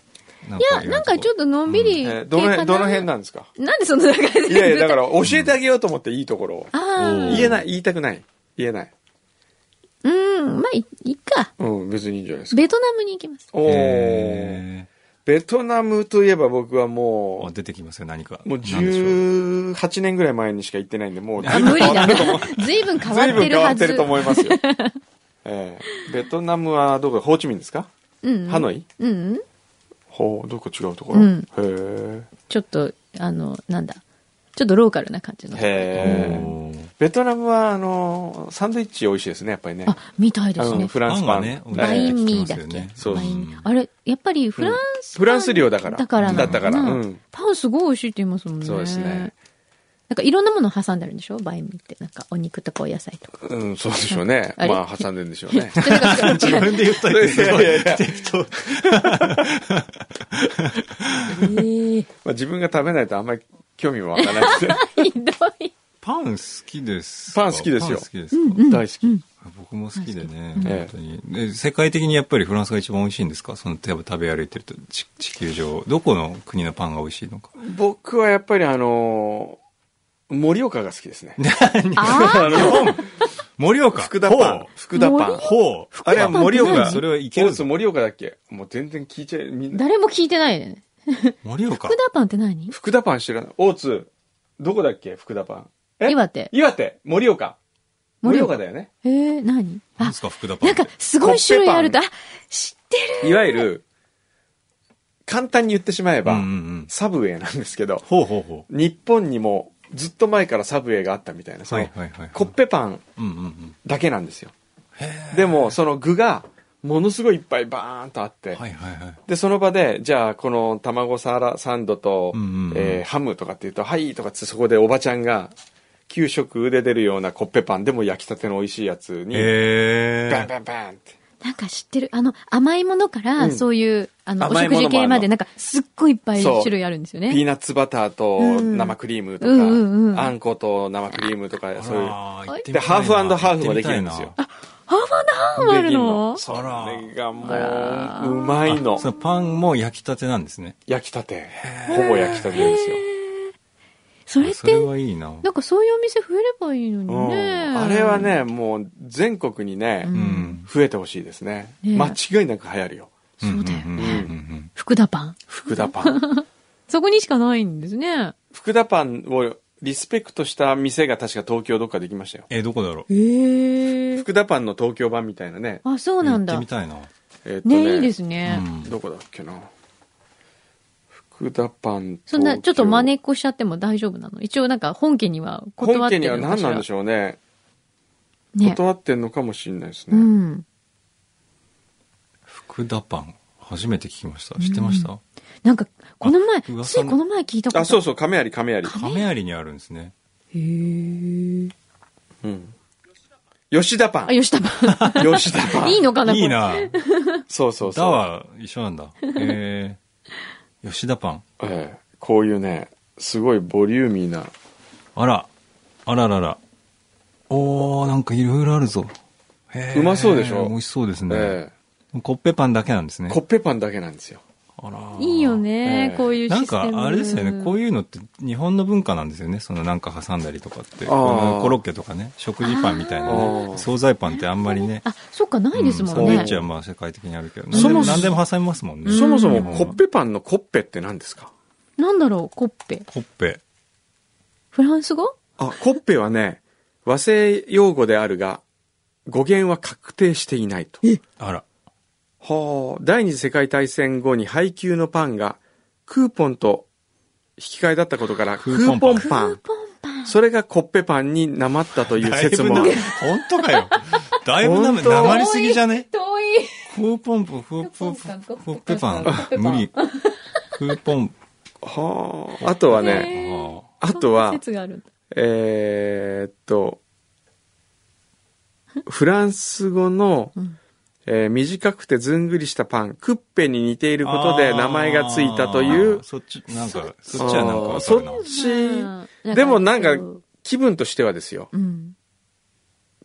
[SPEAKER 3] い
[SPEAKER 1] いや、なんかちょっ
[SPEAKER 3] と
[SPEAKER 1] とのんびり
[SPEAKER 2] 本当
[SPEAKER 1] 系
[SPEAKER 2] に。え
[SPEAKER 1] か
[SPEAKER 2] えどの辺、どの辺
[SPEAKER 1] な
[SPEAKER 2] なんですか
[SPEAKER 1] なんでそんな中で
[SPEAKER 2] いやいや、だ から教えてあげようと思っていいところを。
[SPEAKER 1] ああ。
[SPEAKER 2] 言えない、言いたくない。言えない。
[SPEAKER 1] うん、まあ、いいっか。
[SPEAKER 2] うん、別にいいんじゃないですか。
[SPEAKER 1] ベトナムに行きます。
[SPEAKER 2] おー。ベトナムといえば僕はも
[SPEAKER 3] 出てきますよ、何か。
[SPEAKER 2] う、もう
[SPEAKER 3] なんでしょう
[SPEAKER 2] 18年ぐらい前にしか行ってないんで、もう
[SPEAKER 1] あ、無理だ な。随分変わ
[SPEAKER 2] 随
[SPEAKER 1] っ
[SPEAKER 2] 分
[SPEAKER 1] てる
[SPEAKER 2] 変わ
[SPEAKER 1] は
[SPEAKER 2] って
[SPEAKER 1] ず。
[SPEAKER 2] ると思いま すよ。ええベトナムはどこホーチミンですか、
[SPEAKER 1] うん。
[SPEAKER 2] ハノイ
[SPEAKER 1] うん。
[SPEAKER 2] ほう、どこ違うところ、
[SPEAKER 1] うん
[SPEAKER 2] へ
[SPEAKER 1] ちょっと、あの、なんだ。ちょっとローカルな感じの
[SPEAKER 2] え。。へえ。
[SPEAKER 3] おー
[SPEAKER 2] ベトナムは、あの、サンドイッチ美味しいですね、やっぱりね。
[SPEAKER 1] あ、みたいで
[SPEAKER 2] あ
[SPEAKER 1] す
[SPEAKER 2] の
[SPEAKER 1] ね。
[SPEAKER 2] フランスパン。
[SPEAKER 3] パンはね
[SPEAKER 1] バインミーだ
[SPEAKER 3] 聞きますよ
[SPEAKER 1] っ
[SPEAKER 3] ね
[SPEAKER 1] け
[SPEAKER 2] そう
[SPEAKER 1] バインミー
[SPEAKER 3] うん
[SPEAKER 1] あれ、やっぱりフランスパン、
[SPEAKER 2] フランス領だから
[SPEAKER 1] だからなの
[SPEAKER 2] だったからうん
[SPEAKER 1] パンすごい美味しいって言いますもんね。
[SPEAKER 2] そうですね。
[SPEAKER 1] なんかいろんなもの挟んであるんでしょバインミーって。なんかお肉とかお野菜とか。
[SPEAKER 2] うん、そうでしょうね。
[SPEAKER 1] あれ
[SPEAKER 2] まあ、挟んでるんでしょ うね。
[SPEAKER 1] とにかく
[SPEAKER 3] 自分で言っといて、すご
[SPEAKER 2] いやいやいや
[SPEAKER 3] い適当。
[SPEAKER 1] ええ
[SPEAKER 2] まあ、自分が食べないとあんまり興味もわからない ですね。
[SPEAKER 1] ひどい。
[SPEAKER 3] パン好きです
[SPEAKER 2] パン好きです
[SPEAKER 3] パン
[SPEAKER 2] よ
[SPEAKER 3] 好きですか
[SPEAKER 2] 大好き。
[SPEAKER 3] 僕も好きでね、
[SPEAKER 2] ええ
[SPEAKER 3] 本当に。で世界的にやっぱりフランスが一番美味しいんですかその例えば食べ歩いてると地地球上、どこの国のパンが美味しいのか。
[SPEAKER 2] 僕はやっぱりあのー、盛岡が好きですね。
[SPEAKER 1] あ
[SPEAKER 2] あの、
[SPEAKER 3] 盛岡
[SPEAKER 2] 福田パン。福田パン。
[SPEAKER 3] ほう。
[SPEAKER 2] あれは盛
[SPEAKER 1] 福田パンって何
[SPEAKER 2] 岡。
[SPEAKER 3] それはいけるぞ
[SPEAKER 2] そう盛岡だっけもう全然聞いちゃえ、みん
[SPEAKER 1] あ、
[SPEAKER 2] な。
[SPEAKER 1] 誰も聞いてないよね。
[SPEAKER 3] 盛岡
[SPEAKER 1] 福。田パンって何
[SPEAKER 2] 福田パン知らない。大津、どこだっけ福田パン。え
[SPEAKER 1] 岩手。
[SPEAKER 2] 岩手、盛岡。盛
[SPEAKER 1] 盛岡
[SPEAKER 2] 岡だよね。
[SPEAKER 1] えー、何
[SPEAKER 3] 何
[SPEAKER 1] あ
[SPEAKER 3] で、すか福田パン
[SPEAKER 1] な
[SPEAKER 3] っ
[SPEAKER 1] ん
[SPEAKER 3] て。
[SPEAKER 1] かすごい種類あると、あ、知ってる
[SPEAKER 2] いわゆる、簡単に言ってしまえば
[SPEAKER 3] うんうんうん、
[SPEAKER 2] サブウェイなんですけど、
[SPEAKER 3] ほうほうほう。
[SPEAKER 2] 日本にもずっと前からサブウェイがあったみたいな。そ
[SPEAKER 3] は
[SPEAKER 2] の
[SPEAKER 3] いはいはい。
[SPEAKER 2] コッペパン
[SPEAKER 3] うんうんうん。
[SPEAKER 2] だけなんですよ。でも、その具が、ものすごいいっぱいバーンとあって、
[SPEAKER 3] はいはいはい。
[SPEAKER 2] で、その場で、じゃあ、この卵サラサンドと、
[SPEAKER 3] うんうんうん
[SPEAKER 2] えーハムとかって言うと、はいとかって、そこでおばちゃんが、給食で出るようなコッペパンでも焼きたての美味しいやつに、
[SPEAKER 3] え
[SPEAKER 2] バン
[SPEAKER 3] ー。
[SPEAKER 2] バンバンって。
[SPEAKER 1] なんか知ってる。あの、甘いものか
[SPEAKER 2] う
[SPEAKER 1] ら、
[SPEAKER 2] ん
[SPEAKER 1] そういう、あの、お
[SPEAKER 2] 甘い
[SPEAKER 1] 食
[SPEAKER 2] ものもあるの
[SPEAKER 1] 事系まで、なんか、すっごいいっぱい
[SPEAKER 2] そう
[SPEAKER 1] 種類あるんですよ
[SPEAKER 2] ピー
[SPEAKER 1] ね。
[SPEAKER 2] ナッツバターと
[SPEAKER 1] うん
[SPEAKER 2] 生クリームとか、
[SPEAKER 1] うんうんうん
[SPEAKER 2] あんこと生クリームとか、そういう。
[SPEAKER 3] あら行ってみ
[SPEAKER 2] で、
[SPEAKER 3] たいな
[SPEAKER 2] ハーフハーフもできるんですよ。。
[SPEAKER 1] パンもあるの
[SPEAKER 2] それ
[SPEAKER 3] あら
[SPEAKER 2] がもう、うまいの
[SPEAKER 3] そ。のパンも焼きたてなんですね。
[SPEAKER 2] 焼きたて。ほぼ焼きたてですよ。
[SPEAKER 1] それっ
[SPEAKER 3] それ
[SPEAKER 1] て、
[SPEAKER 3] はいいな。
[SPEAKER 1] なんかそういうお店増えればいいの
[SPEAKER 2] う
[SPEAKER 1] に
[SPEAKER 2] ん
[SPEAKER 1] ね。
[SPEAKER 2] あれは。ね、もう全国にね、
[SPEAKER 1] う
[SPEAKER 3] うんん。
[SPEAKER 2] 増えてほしいですね。
[SPEAKER 1] ね
[SPEAKER 2] 間違いなく流行るよ。
[SPEAKER 1] そうだよ
[SPEAKER 3] んん
[SPEAKER 1] ね。
[SPEAKER 3] うんうん
[SPEAKER 1] 福田パン。
[SPEAKER 2] 福田パン。
[SPEAKER 1] そこにしかないんですね。
[SPEAKER 2] 福田パンをリスペクトした店が確か東京どっかできましたよ。
[SPEAKER 3] え、どこだろう
[SPEAKER 1] へえ。
[SPEAKER 2] 福田パンの東京版みたいなね。
[SPEAKER 1] あ、そうなん
[SPEAKER 3] 行
[SPEAKER 1] だ
[SPEAKER 3] ってみ。たいな。
[SPEAKER 2] えーっと
[SPEAKER 1] ね、いいです
[SPEAKER 3] う
[SPEAKER 1] ね。
[SPEAKER 3] ん
[SPEAKER 2] どこだっけな。福田パン
[SPEAKER 1] そんな、ちょっと真似
[SPEAKER 2] 招
[SPEAKER 1] っこしちゃっても大丈夫なの一応なんか本家には断
[SPEAKER 2] 本
[SPEAKER 1] って
[SPEAKER 2] 家
[SPEAKER 1] る
[SPEAKER 2] には
[SPEAKER 1] の
[SPEAKER 2] 何なんでし
[SPEAKER 1] ょ
[SPEAKER 2] ょうね。
[SPEAKER 1] うね。
[SPEAKER 2] 断ってんのかもしれないです
[SPEAKER 1] う
[SPEAKER 2] ね。
[SPEAKER 1] ん。
[SPEAKER 3] 福田パン。初めて聞きました。知ってました
[SPEAKER 1] なんか、この前
[SPEAKER 3] あ噂、の
[SPEAKER 1] ついこの前聞いたこと
[SPEAKER 2] あ、そう
[SPEAKER 1] そ
[SPEAKER 2] そう、亀有亀有。
[SPEAKER 3] 亀有にあるんですね。
[SPEAKER 1] う。へー
[SPEAKER 2] うん。吉田パ
[SPEAKER 1] あ、
[SPEAKER 2] ン。
[SPEAKER 1] 吉田パ
[SPEAKER 2] 吉田パ
[SPEAKER 1] ン。
[SPEAKER 2] ン。
[SPEAKER 1] いいのかないい
[SPEAKER 3] い。な。
[SPEAKER 2] そうそう
[SPEAKER 3] だ
[SPEAKER 2] そう。
[SPEAKER 3] は一緒なんだ。えー、吉田パン。
[SPEAKER 2] ええこういうね、すごいボリューミーな。
[SPEAKER 3] あら。あららら。おー、なんかいろいろあるぞ。へー
[SPEAKER 2] うまそうでしょ
[SPEAKER 3] 美味しそうですね。
[SPEAKER 2] え
[SPEAKER 3] コッペパンだけなんです
[SPEAKER 2] え
[SPEAKER 3] ね。
[SPEAKER 2] コッペパンだけなんですよ。
[SPEAKER 3] あら
[SPEAKER 1] いいよ
[SPEAKER 2] え
[SPEAKER 1] ね
[SPEAKER 2] え、
[SPEAKER 1] こういうシ
[SPEAKER 3] なん
[SPEAKER 1] ステ
[SPEAKER 3] か
[SPEAKER 1] ム。
[SPEAKER 3] あれですよね、こう
[SPEAKER 1] いう。
[SPEAKER 3] いうのって日本の文化なんですよね、そのなんか挟んだりとかって、
[SPEAKER 2] ー
[SPEAKER 3] このコロッケとかね、食事パンみたいな
[SPEAKER 2] あー
[SPEAKER 3] ね、惣菜パンってあんまりね、
[SPEAKER 1] あ、そっか、ないですもん
[SPEAKER 3] うんサンドイ
[SPEAKER 1] ね
[SPEAKER 3] ッ。チはまあ世界的にあるけど、
[SPEAKER 2] そ
[SPEAKER 3] 何で
[SPEAKER 2] も
[SPEAKER 3] も何でも挟みますもんね。
[SPEAKER 2] そもそうも
[SPEAKER 3] ん
[SPEAKER 2] コッペパンのコッペって何ですか
[SPEAKER 1] なんだろう、コッペ。
[SPEAKER 3] コッペ。
[SPEAKER 1] フランス語
[SPEAKER 2] あ、コッペはね、和製用語であるが、語源は確定していないと。
[SPEAKER 3] あら。
[SPEAKER 2] はあ、第二次世界大戦後に配給のパンがクーポンと引き換えだったことからク
[SPEAKER 3] クーポ
[SPEAKER 2] ー
[SPEAKER 3] ンパ
[SPEAKER 2] ポ
[SPEAKER 3] ン
[SPEAKER 2] ンパン。それがコッペパンになまったという
[SPEAKER 3] だい
[SPEAKER 2] 説
[SPEAKER 3] ぶ
[SPEAKER 2] も
[SPEAKER 3] な
[SPEAKER 2] ある。
[SPEAKER 3] 本当かよ。だいぶなめ、
[SPEAKER 2] 本当
[SPEAKER 3] なまりすぎじゃね
[SPEAKER 1] 遠い。
[SPEAKER 3] フーポンプ、フーポンプ、フーペパン
[SPEAKER 1] フーペ、パン
[SPEAKER 3] 無理。フーポン、
[SPEAKER 2] はあ、あ とは
[SPEAKER 1] へ
[SPEAKER 2] ね、
[SPEAKER 1] え
[SPEAKER 3] あ
[SPEAKER 2] あとは、
[SPEAKER 1] 説があるんだ
[SPEAKER 2] えーっと、フランス語の、
[SPEAKER 1] ん
[SPEAKER 2] えー短くてずんぐりしたパン、クッペに似ている
[SPEAKER 3] あ
[SPEAKER 2] ことで名前がついたという
[SPEAKER 3] あー、そっち、なんか、そっちはなんかわか
[SPEAKER 2] そ
[SPEAKER 3] るな。
[SPEAKER 2] っ
[SPEAKER 1] うん
[SPEAKER 2] ち、でもなんか
[SPEAKER 1] う
[SPEAKER 2] 気分としてはですよ、
[SPEAKER 1] ん。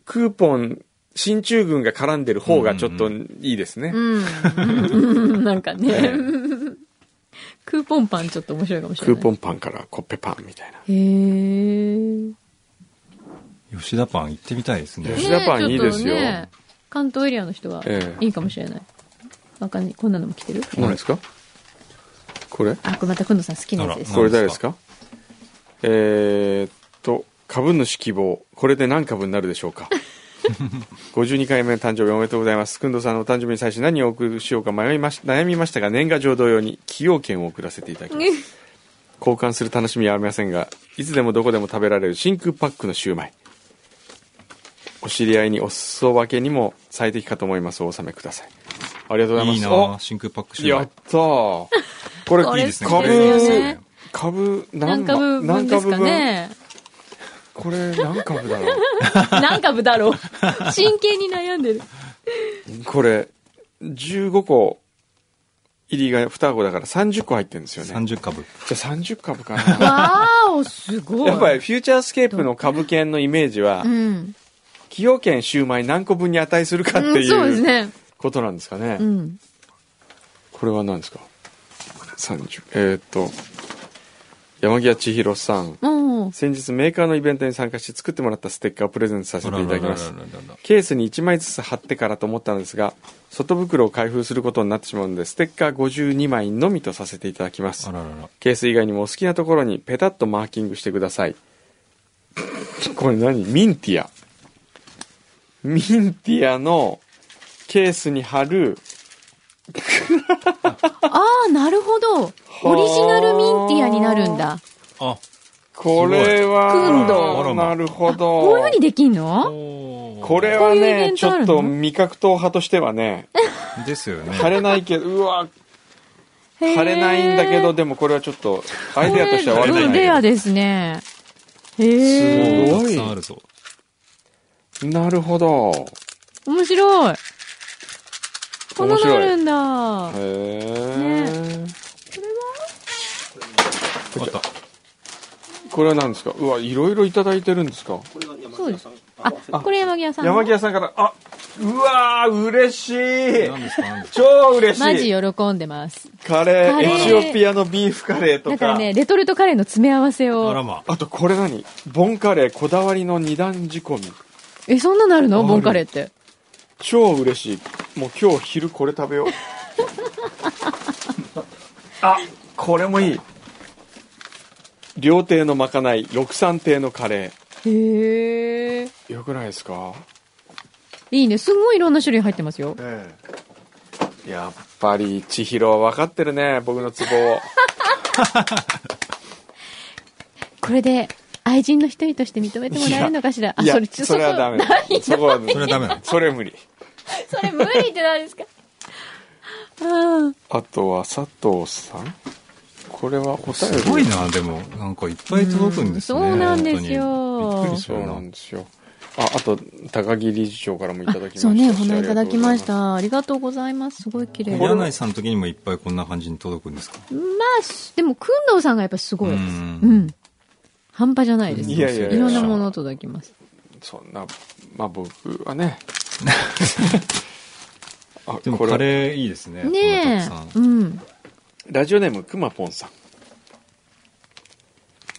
[SPEAKER 2] クーポン、進駐軍が絡んでる方がちょっといいですね。
[SPEAKER 1] うん。なんかね
[SPEAKER 2] え。
[SPEAKER 1] クーポンパンちょっと面白いかもしれな
[SPEAKER 2] ク
[SPEAKER 1] い。
[SPEAKER 2] ーポンパンからコッペパンみたいな。
[SPEAKER 1] へー。
[SPEAKER 3] 吉田パン行ってみたいですね。
[SPEAKER 2] 吉田パンいいですよ
[SPEAKER 1] ねえちょっとね関東エリアの人は
[SPEAKER 2] ええ
[SPEAKER 1] いいかもしれない。わかんない。こんなのも来てる
[SPEAKER 2] 何ですかこれ
[SPEAKER 1] あ、これまたくんどさん好きなやつです
[SPEAKER 3] あ
[SPEAKER 2] これ誰ですかえーっと、株主希望。これで何株になるでしょう か52回目の誕生日おめでとうございます。くんどさんのお誕生日に際して何をお送りしようか迷いまし悩みましたが、年賀状同様に崎陽軒を送らせていただきます。交換する楽しみはありませんが、いつでもどこでも食べられる真空パックのシューマイ。お知り合いにお裾分けにも最適かと思います。お納めください。ありがとうございま
[SPEAKER 3] い
[SPEAKER 2] す。
[SPEAKER 3] いな
[SPEAKER 2] お
[SPEAKER 3] ぁ、真空パックシュ
[SPEAKER 2] や
[SPEAKER 3] ー
[SPEAKER 2] ったー。 これ、
[SPEAKER 1] こ
[SPEAKER 3] マ
[SPEAKER 1] れ
[SPEAKER 3] イ。いいですね。
[SPEAKER 1] こ
[SPEAKER 3] こ
[SPEAKER 2] れ
[SPEAKER 3] れいいです
[SPEAKER 1] ね
[SPEAKER 3] ね。
[SPEAKER 2] 株、
[SPEAKER 1] 何
[SPEAKER 2] 何
[SPEAKER 1] 株
[SPEAKER 2] ま
[SPEAKER 1] 分ですかね
[SPEAKER 2] これ何 株だろ
[SPEAKER 1] 何株だろう 真剣に悩んでる。
[SPEAKER 2] うこれ15個入りが双子だから30個入ってるんですよねじゃ
[SPEAKER 3] 30株。
[SPEAKER 2] あ30株 かな
[SPEAKER 1] わーお、すごい。
[SPEAKER 2] やっぱりフューチャースケープの株券のイメージは
[SPEAKER 1] うん。
[SPEAKER 2] 崎陽軒シューマイ何個分に値するかって
[SPEAKER 1] うんそうです
[SPEAKER 2] いう
[SPEAKER 1] ね。
[SPEAKER 2] ことなんですかね、
[SPEAKER 1] うん。
[SPEAKER 2] これは何ですか30えーっと山際千尋さん
[SPEAKER 1] うん。
[SPEAKER 2] 先日メーカーのイベントに参加して作ってもらったステッカーをプレゼントさせ
[SPEAKER 3] あ
[SPEAKER 2] て
[SPEAKER 3] ら
[SPEAKER 2] いた
[SPEAKER 3] らら
[SPEAKER 2] だき
[SPEAKER 3] らら
[SPEAKER 2] ます
[SPEAKER 3] ら
[SPEAKER 2] ケースに1枚ずつ貼ってからと思ったのですが外袋を開封することになってしまうのでステッカー52枚のみとさせていただきます
[SPEAKER 3] あららら。
[SPEAKER 2] ケース以外にもお好きなところにペタッとマーキングしてくださいこれ何ミンティアミンティアのケースに貼る
[SPEAKER 1] ああ、なるほど。オリジナルミンティアになるんだ。
[SPEAKER 3] あ、
[SPEAKER 2] これ
[SPEAKER 1] 訓
[SPEAKER 3] 導あ
[SPEAKER 2] は
[SPEAKER 3] らま
[SPEAKER 2] なるほど
[SPEAKER 1] こういう風にできんの
[SPEAKER 3] おー
[SPEAKER 2] これは
[SPEAKER 1] こういうイベ
[SPEAKER 2] ね
[SPEAKER 1] ン
[SPEAKER 2] ち
[SPEAKER 1] トあ
[SPEAKER 2] ょ
[SPEAKER 1] るの
[SPEAKER 2] っと味覚党派としてはね
[SPEAKER 3] ですよね。
[SPEAKER 2] 貼れないけどうわ
[SPEAKER 1] へー
[SPEAKER 2] 貼れないんだけどでもこれはちょっとアイデアとしては
[SPEAKER 1] こ
[SPEAKER 2] 悪
[SPEAKER 1] れ
[SPEAKER 2] くない
[SPEAKER 1] うんレアですね。へえ。
[SPEAKER 2] す
[SPEAKER 3] おー
[SPEAKER 2] ごい
[SPEAKER 3] たくさんあるぞ。
[SPEAKER 2] なるほど。
[SPEAKER 1] 面白い。こんな
[SPEAKER 2] 面
[SPEAKER 1] のあ
[SPEAKER 2] 白い
[SPEAKER 1] るんだ。
[SPEAKER 2] へえ、
[SPEAKER 3] あった。
[SPEAKER 2] これは何ですかうわ、いろいろいただいてるんですか
[SPEAKER 1] そうです。あ、これ山際さん。
[SPEAKER 2] 山際さんから、あ、うわー、嬉しい
[SPEAKER 3] 何ですか何です
[SPEAKER 2] 超嬉しい
[SPEAKER 1] マジ喜んでます。
[SPEAKER 2] カレー
[SPEAKER 1] カレー
[SPEAKER 2] エチオピアのビーフカレーと
[SPEAKER 1] だ
[SPEAKER 2] か。
[SPEAKER 1] からね、レトルトカレーの詰め合わせ
[SPEAKER 3] かあら
[SPEAKER 1] を。
[SPEAKER 3] ま。
[SPEAKER 2] あとこれ何ボンカレーこだわりの二段仕込み。
[SPEAKER 1] え、そんなのある
[SPEAKER 2] あ
[SPEAKER 1] の
[SPEAKER 2] る
[SPEAKER 1] ボンカレーって。
[SPEAKER 2] 超嬉しい。もう今日昼これ 食べよう。あ、これもいい。料亭のまかない、六三亭のカレ
[SPEAKER 1] へえ。
[SPEAKER 2] ー。よくないですか
[SPEAKER 1] いいね。すごいいろんな種類入ってますよ。
[SPEAKER 2] やっぱり千尋は分かってるね僕のツボを
[SPEAKER 1] これで、愛人の一人として認めてもらえるのかしら。あ、
[SPEAKER 2] いや
[SPEAKER 1] それ、
[SPEAKER 2] それはダメだ
[SPEAKER 1] ない
[SPEAKER 2] そこはそ
[SPEAKER 3] それはダメなの
[SPEAKER 2] れは無理
[SPEAKER 1] それ無理って何ですかあ
[SPEAKER 2] あとは佐藤さんこれはお便り
[SPEAKER 3] すごいな、でも。なんかいっぱい届くんですね。
[SPEAKER 1] うんそうなんですよ
[SPEAKER 3] 本当にびっくりす
[SPEAKER 2] そう
[SPEAKER 3] るな
[SPEAKER 2] なんですよああと高木理事長からもいただきました
[SPEAKER 1] そうね、お
[SPEAKER 2] し
[SPEAKER 1] 花いただきまし
[SPEAKER 2] あ
[SPEAKER 1] た。ありがとうございます。すごい綺麗。
[SPEAKER 3] 宮
[SPEAKER 1] ま
[SPEAKER 3] 内さんの時にもいっぱいこんな感じに届くんですか
[SPEAKER 1] あ、しでも、くんどうさんがやっぱすごいです。
[SPEAKER 3] う
[SPEAKER 1] うんん,、半端じゃないです。
[SPEAKER 2] いやいやいや
[SPEAKER 1] ろんなものを届きます。
[SPEAKER 2] りがとうございますそんなまあ僕はねあ
[SPEAKER 3] でも
[SPEAKER 2] こ
[SPEAKER 3] カ
[SPEAKER 2] れ
[SPEAKER 3] レーいいですね。
[SPEAKER 1] ね
[SPEAKER 3] こんなたく
[SPEAKER 1] え。
[SPEAKER 3] さ
[SPEAKER 1] うんん。
[SPEAKER 2] ラジオネームくまぽんさん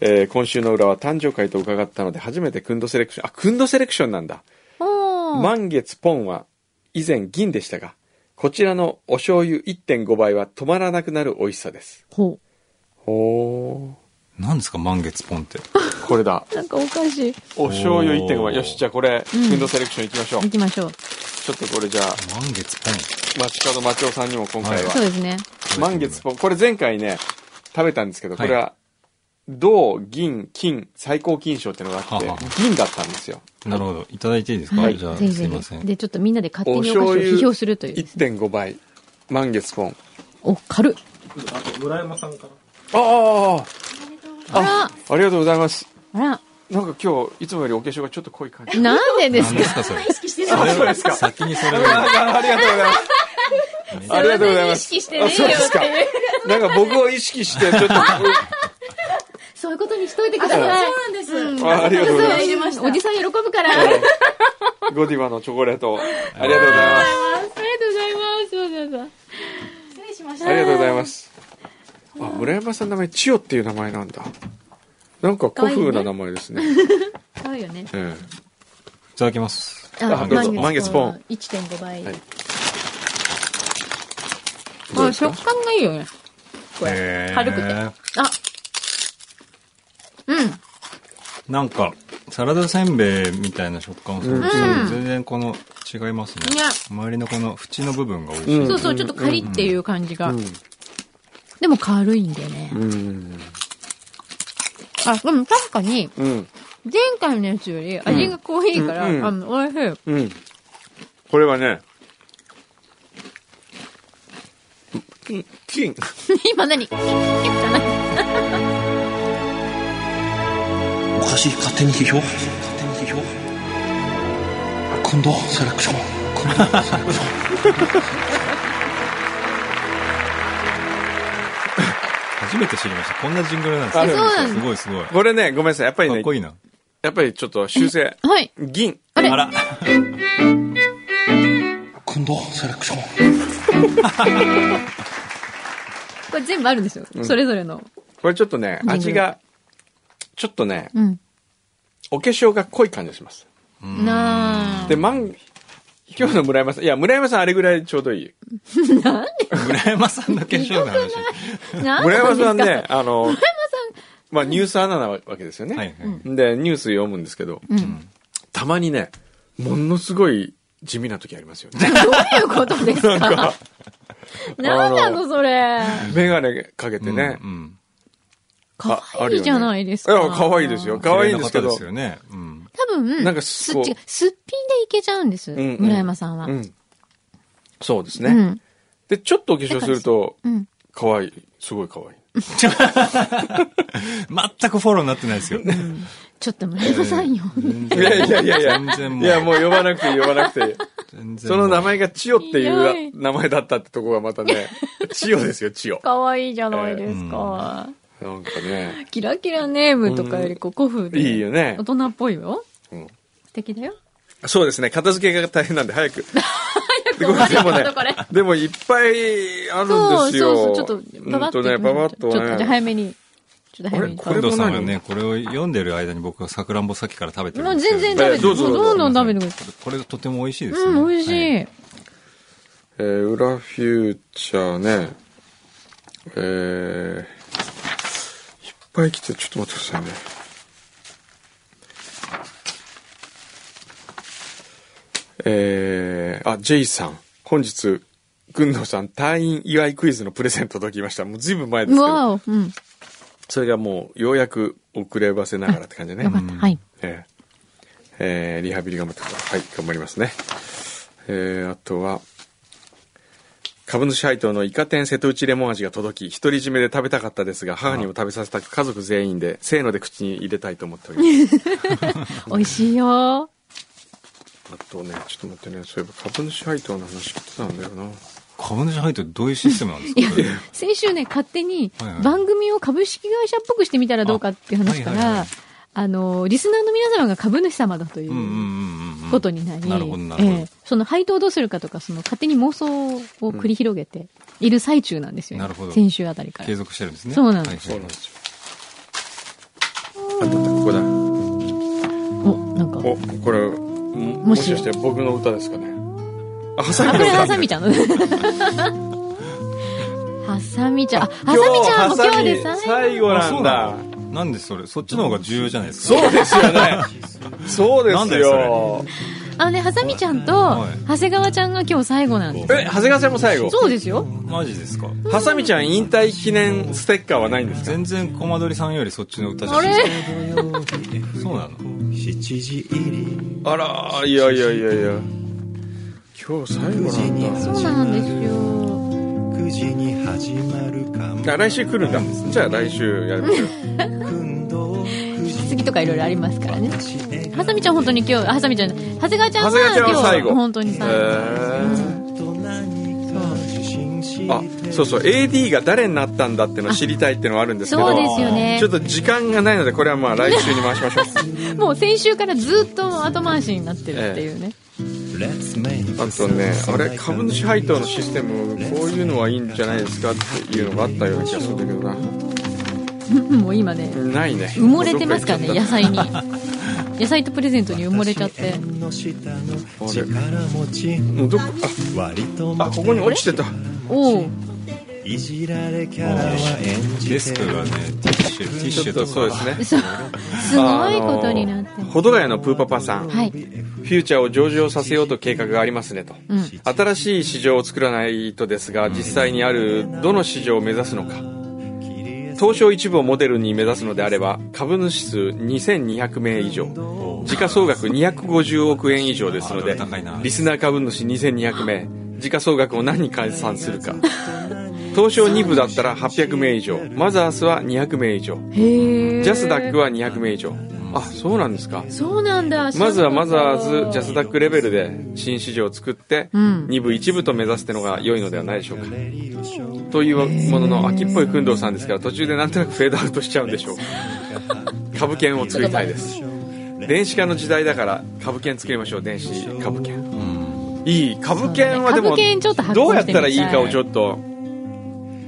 [SPEAKER 2] えー今週の裏は誕生会と伺ったので初めてくんどセレクションあくんどセレクションなんだ
[SPEAKER 1] おー。
[SPEAKER 2] 満月ポンは以前銀でしたが、こちらのお醤油1.5倍は止まらなくなる美味しさです。
[SPEAKER 1] ほう。
[SPEAKER 2] ほ
[SPEAKER 3] 何ですか満月ポンって。
[SPEAKER 2] これだ。
[SPEAKER 1] なんかおかしい。
[SPEAKER 2] お醤油1.5
[SPEAKER 3] おー
[SPEAKER 2] 倍。よし、じゃあこれ、
[SPEAKER 1] うん
[SPEAKER 2] フンドセレクション行きましょう。
[SPEAKER 1] 行
[SPEAKER 2] ち
[SPEAKER 1] きましょう。
[SPEAKER 2] ょっとこれじゃあ、
[SPEAKER 3] 満月ポン。
[SPEAKER 2] 街角町尾さんにも今回
[SPEAKER 3] は
[SPEAKER 2] は。
[SPEAKER 1] そうですね。
[SPEAKER 2] 満月ポン、これ前回ね、食べたんですけど、こ
[SPEAKER 3] はい
[SPEAKER 2] れは、銅、銀、金、最高金賞っていうのがあっ
[SPEAKER 3] はは
[SPEAKER 2] て、銀だったんですよ。
[SPEAKER 3] なるほど。いただいていいですか、
[SPEAKER 2] はい
[SPEAKER 3] じゃあ、す
[SPEAKER 1] ぜひぜ
[SPEAKER 3] いません。
[SPEAKER 1] ひ。で、ちょっとみんなで勝手にお菓
[SPEAKER 2] お
[SPEAKER 1] 子を
[SPEAKER 2] 醤油
[SPEAKER 1] 批評するという。
[SPEAKER 2] 1.5倍。満月ポン。
[SPEAKER 1] お、軽っ。
[SPEAKER 4] あと村山さんから
[SPEAKER 2] あ
[SPEAKER 1] あら、
[SPEAKER 2] あありがとうございます。
[SPEAKER 1] あら、
[SPEAKER 2] なんか今日、いつもよりお化粧がちょっと濃い感 じ。
[SPEAKER 1] なんでです
[SPEAKER 3] 何で
[SPEAKER 1] か
[SPEAKER 3] すか、それ。
[SPEAKER 2] あ、そうです
[SPEAKER 3] それ
[SPEAKER 2] か。
[SPEAKER 3] 先にそれを。
[SPEAKER 2] あありがとうございます。ありがとうございます
[SPEAKER 1] そんなに意識してねえ
[SPEAKER 2] そうで
[SPEAKER 1] よ
[SPEAKER 2] す
[SPEAKER 1] って
[SPEAKER 2] か
[SPEAKER 1] いう。
[SPEAKER 2] なんか僕を意識して、 ちょっと、
[SPEAKER 1] そういうことにしといてください。
[SPEAKER 5] なんです。うん
[SPEAKER 2] あありがとうございます。
[SPEAKER 5] 入れました
[SPEAKER 1] おじさん喜ぶから。ありがとう
[SPEAKER 2] ゴディバのチョコレート、ありがとうございます。
[SPEAKER 1] ございます。そうそうそう。
[SPEAKER 5] 失礼しまし
[SPEAKER 2] ありがとうございます。あ、村山さんの名前、千代っていう名前なんだ。なんか古風な名前ですね。
[SPEAKER 1] 可愛いよね。
[SPEAKER 2] え
[SPEAKER 3] いただきます。
[SPEAKER 2] あどうぞ満月ポン。
[SPEAKER 1] 1.5倍
[SPEAKER 2] はい。えどう
[SPEAKER 1] あ、
[SPEAKER 2] ですか
[SPEAKER 1] 食感がいいよね。これ
[SPEAKER 3] へ。ー
[SPEAKER 1] 軽くて。あ、うん。
[SPEAKER 3] なんか、サラダせんべいみたいな食感をするんですけど、
[SPEAKER 1] うん
[SPEAKER 3] 全然この違いますね。
[SPEAKER 1] いや
[SPEAKER 3] 周りのこの縁の部分が美味しい。
[SPEAKER 2] うん
[SPEAKER 1] そうそう、ちょっとカリっていう感じが
[SPEAKER 2] ん。
[SPEAKER 1] でも軽いんだよね。
[SPEAKER 2] うん。
[SPEAKER 1] あ、でも確かに、
[SPEAKER 2] うん。
[SPEAKER 1] 前回のやつより味が濃いから、
[SPEAKER 2] うん
[SPEAKER 1] あの、美味しい。
[SPEAKER 2] うん。これはね、金、金。
[SPEAKER 1] 今何キュッキュッじゃない
[SPEAKER 6] おかしい勝手に批評勝手に批評今度セレク ション今度セレクション
[SPEAKER 3] 初めて知りました。こんなジングルなんです
[SPEAKER 2] あるんです
[SPEAKER 1] よ
[SPEAKER 3] すごいすごい。か
[SPEAKER 2] これね、ごめんなさい。やっぱり
[SPEAKER 3] っ
[SPEAKER 2] ね、
[SPEAKER 3] こいいな。
[SPEAKER 2] やっぱりちょっと修正。
[SPEAKER 1] はい。
[SPEAKER 2] 銀。
[SPEAKER 1] あれ
[SPEAKER 3] あ ら。
[SPEAKER 6] 今度セレクション
[SPEAKER 1] これ全部あるんですよ。それぞれの。
[SPEAKER 2] これちょっとね、
[SPEAKER 1] グル
[SPEAKER 2] 味が、ちょっとね、
[SPEAKER 1] うん。
[SPEAKER 2] お化粧が濃い感じがします。
[SPEAKER 1] なあ
[SPEAKER 2] で、満、今日の村山さん、いや、村山さんあれぐらいちょうどいい。
[SPEAKER 3] 村山さんの化粧の 話。
[SPEAKER 1] なんで
[SPEAKER 2] 村山さん
[SPEAKER 1] です
[SPEAKER 2] ね
[SPEAKER 1] か、
[SPEAKER 2] あの、まあ、ニュースアナなわけですよね。
[SPEAKER 3] はいはい。
[SPEAKER 2] で、ニュース読むんですけど、
[SPEAKER 1] うん。
[SPEAKER 2] たまにね、ものすごい地味な時ありますよね。
[SPEAKER 1] どういうことですか なんなのそれ。
[SPEAKER 2] メガネかけてね
[SPEAKER 3] う。ん。
[SPEAKER 1] 可愛いじゃないですか。
[SPEAKER 2] あるよねいや、可愛いですよ。。可愛いんですけど
[SPEAKER 3] 綺麗な方です。よね。うん。
[SPEAKER 1] 多分、
[SPEAKER 2] なんか
[SPEAKER 1] す
[SPEAKER 2] こ
[SPEAKER 1] っ
[SPEAKER 2] う
[SPEAKER 1] ちが、すっぴんでいけちゃうんです。
[SPEAKER 2] んうん
[SPEAKER 1] 村山さんは。
[SPEAKER 2] う
[SPEAKER 1] うん。
[SPEAKER 2] ん。そうです
[SPEAKER 1] う
[SPEAKER 2] ね。
[SPEAKER 1] ん。
[SPEAKER 2] で、ちょっとお化粧すると、
[SPEAKER 1] うん。
[SPEAKER 2] 可愛い。すごい可愛い。
[SPEAKER 3] 全くフォローになってないですよ。
[SPEAKER 1] ちょっと村山さんよ。
[SPEAKER 3] 全然
[SPEAKER 2] いやいやいやいや
[SPEAKER 3] 全然もう。
[SPEAKER 2] いや、もう呼ばなくていい呼ばなくていい。
[SPEAKER 3] 全然
[SPEAKER 2] そ
[SPEAKER 3] も
[SPEAKER 2] の
[SPEAKER 3] う
[SPEAKER 2] 名前が千代ってい
[SPEAKER 1] ひどいう
[SPEAKER 2] 名前だったってとこがまたね、千代ですよ、千代。
[SPEAKER 1] 可愛いじゃないですか。
[SPEAKER 2] なんかね、
[SPEAKER 1] キラキラネームとかよりこう古風で。
[SPEAKER 2] いいよね
[SPEAKER 1] 大。人っぽいよ。
[SPEAKER 2] うん
[SPEAKER 1] 素敵だよ。
[SPEAKER 2] そうですね、片付けが大変なん で早く。でごめんなさいもう
[SPEAKER 1] これ
[SPEAKER 2] ね、でもいっぱいあるん
[SPEAKER 1] そう
[SPEAKER 2] です
[SPEAKER 1] そ
[SPEAKER 2] よ。
[SPEAKER 1] うそう、ちょっと、ババッと
[SPEAKER 2] うん
[SPEAKER 1] いきましょ
[SPEAKER 2] ね、バ
[SPEAKER 1] う。
[SPEAKER 2] バッと
[SPEAKER 1] ちょっとじゃあ
[SPEAKER 2] ね。
[SPEAKER 1] 早めに。ちょっと早めに。
[SPEAKER 2] あれこれ
[SPEAKER 3] 近藤さんが
[SPEAKER 2] これも
[SPEAKER 3] ね、これを読んでる間に僕はさくらんぼさっきから食べてる
[SPEAKER 1] も
[SPEAKER 3] ん
[SPEAKER 1] う
[SPEAKER 3] ですけ
[SPEAKER 1] 全
[SPEAKER 3] ど。
[SPEAKER 1] 然食べ
[SPEAKER 2] え
[SPEAKER 1] て、
[SPEAKER 2] ど
[SPEAKER 1] も
[SPEAKER 2] うぞ
[SPEAKER 1] うどんどん食べてください。
[SPEAKER 3] これとても美味しいですね。
[SPEAKER 1] うん、美味し。
[SPEAKER 3] はい
[SPEAKER 2] えー、裏フューチャーね、えー、いっぱい来て、ちょっと待ってくださいね。えー、あ、J さん、本日、軍藤さん退院祝いクイズのプレゼント届きました。もうずいぶん前ですけど、
[SPEAKER 1] わお。うん。
[SPEAKER 2] それがもうようやく遅ればせながらって感じね。
[SPEAKER 1] よかった。はい。
[SPEAKER 2] えーえーリハビリ頑張ってください。はい、頑張りますね。えーあとは、株主配当のイカ天瀬戸内レモン味が届き、独り占めで食べたかったですが、母にも食べさせたく家族全員で、せーので口に入れたいと思っております。
[SPEAKER 1] 美味しいよ。
[SPEAKER 2] あとね、ちょっと待ってね、そういえば株主配当の話聞いてたんだよな。
[SPEAKER 3] 株主配当どういうシステムなんですか
[SPEAKER 1] いや、先週ね、勝手に
[SPEAKER 3] はいはい
[SPEAKER 1] 番組を株式会社っぽくしてみたらどうかっていう話か
[SPEAKER 3] あはいはいは
[SPEAKER 1] ら
[SPEAKER 3] い、
[SPEAKER 1] あの、リスナーの皆様が株主様だとい
[SPEAKER 3] うんう
[SPEAKER 1] う
[SPEAKER 3] んうんうん。
[SPEAKER 1] ことになり、
[SPEAKER 3] なるほどなるほど
[SPEAKER 1] ええその配当をどうするかとか、その勝手に妄想を繰り広げている最中なんですよね。
[SPEAKER 3] なるほど
[SPEAKER 1] 先週あたりから
[SPEAKER 3] 継。続してるんですね。
[SPEAKER 1] そうなんで
[SPEAKER 3] ですす。はい
[SPEAKER 2] すよ。あったあった、ここだ。
[SPEAKER 1] お、なんか、
[SPEAKER 2] お、これ、も
[SPEAKER 1] し
[SPEAKER 2] しかして僕の歌ですかね。あ、ハサミ
[SPEAKER 1] あ、こ
[SPEAKER 2] の
[SPEAKER 1] れ
[SPEAKER 2] 歌。
[SPEAKER 1] ハサミちゃんの。ハサミちゃん。あ、ハサミちゃんも今日で最後。
[SPEAKER 2] 後
[SPEAKER 3] なんだ。なんでそれ、そっちの方が重要じゃないですか。
[SPEAKER 2] そうですよね。そうで
[SPEAKER 3] なん
[SPEAKER 2] す
[SPEAKER 3] だよ
[SPEAKER 2] よ。
[SPEAKER 1] あのね、ハサミちゃんと、
[SPEAKER 3] はい
[SPEAKER 1] 長谷川ちゃんが今日最後なんです。
[SPEAKER 2] え、長谷川さんも最後。
[SPEAKER 1] そうですよ。
[SPEAKER 3] マジですか。
[SPEAKER 2] ハサミちゃん引退記念ステッカーはないんですか
[SPEAKER 3] 全然、コマドリさんよりそっちの歌じゃ
[SPEAKER 1] あ
[SPEAKER 3] な
[SPEAKER 1] れ
[SPEAKER 3] いそうなの
[SPEAKER 5] 7時入り
[SPEAKER 2] あら、いやいやいやいや。今日最後なんだ。
[SPEAKER 1] そうなんですよ。
[SPEAKER 5] 9時に始まるかも
[SPEAKER 2] あ来週来るんだ。じゃあ来週やりましょう。
[SPEAKER 1] 次とかいろいろありますからね。ハサミちゃん本当に今日、あハサミちゃん、長谷川ちゃんは
[SPEAKER 2] 長谷川ちゃんは最後
[SPEAKER 1] 今日本当に
[SPEAKER 2] え
[SPEAKER 1] 最後。
[SPEAKER 2] ーあそうそう AD が誰になったんだってのを知りたいってのはあるんですけど
[SPEAKER 1] そうですよね
[SPEAKER 2] ちょっと時間がないのでこれはまあ来週に回しま しょう、
[SPEAKER 1] もう先週からずっと後回しになってるっていうね。
[SPEAKER 2] あとねあれ株主配当のシステムこういうのはいいんじゃないですかっていうのがあったような気がするんだけどな
[SPEAKER 1] もう今ね、
[SPEAKER 2] ないね
[SPEAKER 1] 埋もれてますからね、
[SPEAKER 2] どっ
[SPEAKER 1] 野
[SPEAKER 2] 行っちゃ
[SPEAKER 1] 菜に。 野菜とプレゼントに埋もれちゃって。
[SPEAKER 2] ったもうどっかああここに落ちてた
[SPEAKER 1] おお。
[SPEAKER 5] いじられキャラは演じて
[SPEAKER 3] デスクがね、ティッシュ、ティッシ
[SPEAKER 2] ちょ
[SPEAKER 3] ュ
[SPEAKER 2] っ
[SPEAKER 3] と
[SPEAKER 2] と
[SPEAKER 3] か。
[SPEAKER 2] そうです
[SPEAKER 1] そう
[SPEAKER 2] ね
[SPEAKER 1] すごいことになって
[SPEAKER 2] あの保土ヶ谷のプーパパさん、
[SPEAKER 1] はい。
[SPEAKER 2] フューチャーを上場させようと計画がありますねと、
[SPEAKER 1] うん。
[SPEAKER 2] 新しい市場を作らないとですが実際にあるどの市場を目指すのか東証一部をモデルに目指すのであれば株主数2200名以上時価総額250億円以上ですので
[SPEAKER 3] 高いな
[SPEAKER 2] リスナー株主2200名時価総額を何に換算するか東証2部だったら800名以上マザースは200名以上
[SPEAKER 1] へえ。
[SPEAKER 2] ジャスダックは200名以上あそうなんですか
[SPEAKER 1] そうなんだ。
[SPEAKER 2] まずはマザーズ、ジャ
[SPEAKER 1] ス。
[SPEAKER 2] スダックレベルで新市場を作って、
[SPEAKER 1] うん
[SPEAKER 2] 2部、1部と目指すってのが良いのではないでしょうか。というものの、秋っぽい工藤さんですから、途中でなんとなくフェードアウトしちゃうんでしょ うか。株券を作りたいです。電子化の時代だから、株券作りましょう、電子株券。いい、株券はでも
[SPEAKER 1] 株券ちょっと、発
[SPEAKER 2] どう
[SPEAKER 1] 行
[SPEAKER 2] や
[SPEAKER 1] し
[SPEAKER 2] って
[SPEAKER 1] み
[SPEAKER 2] たらいいかをち
[SPEAKER 1] ょ
[SPEAKER 2] ょっと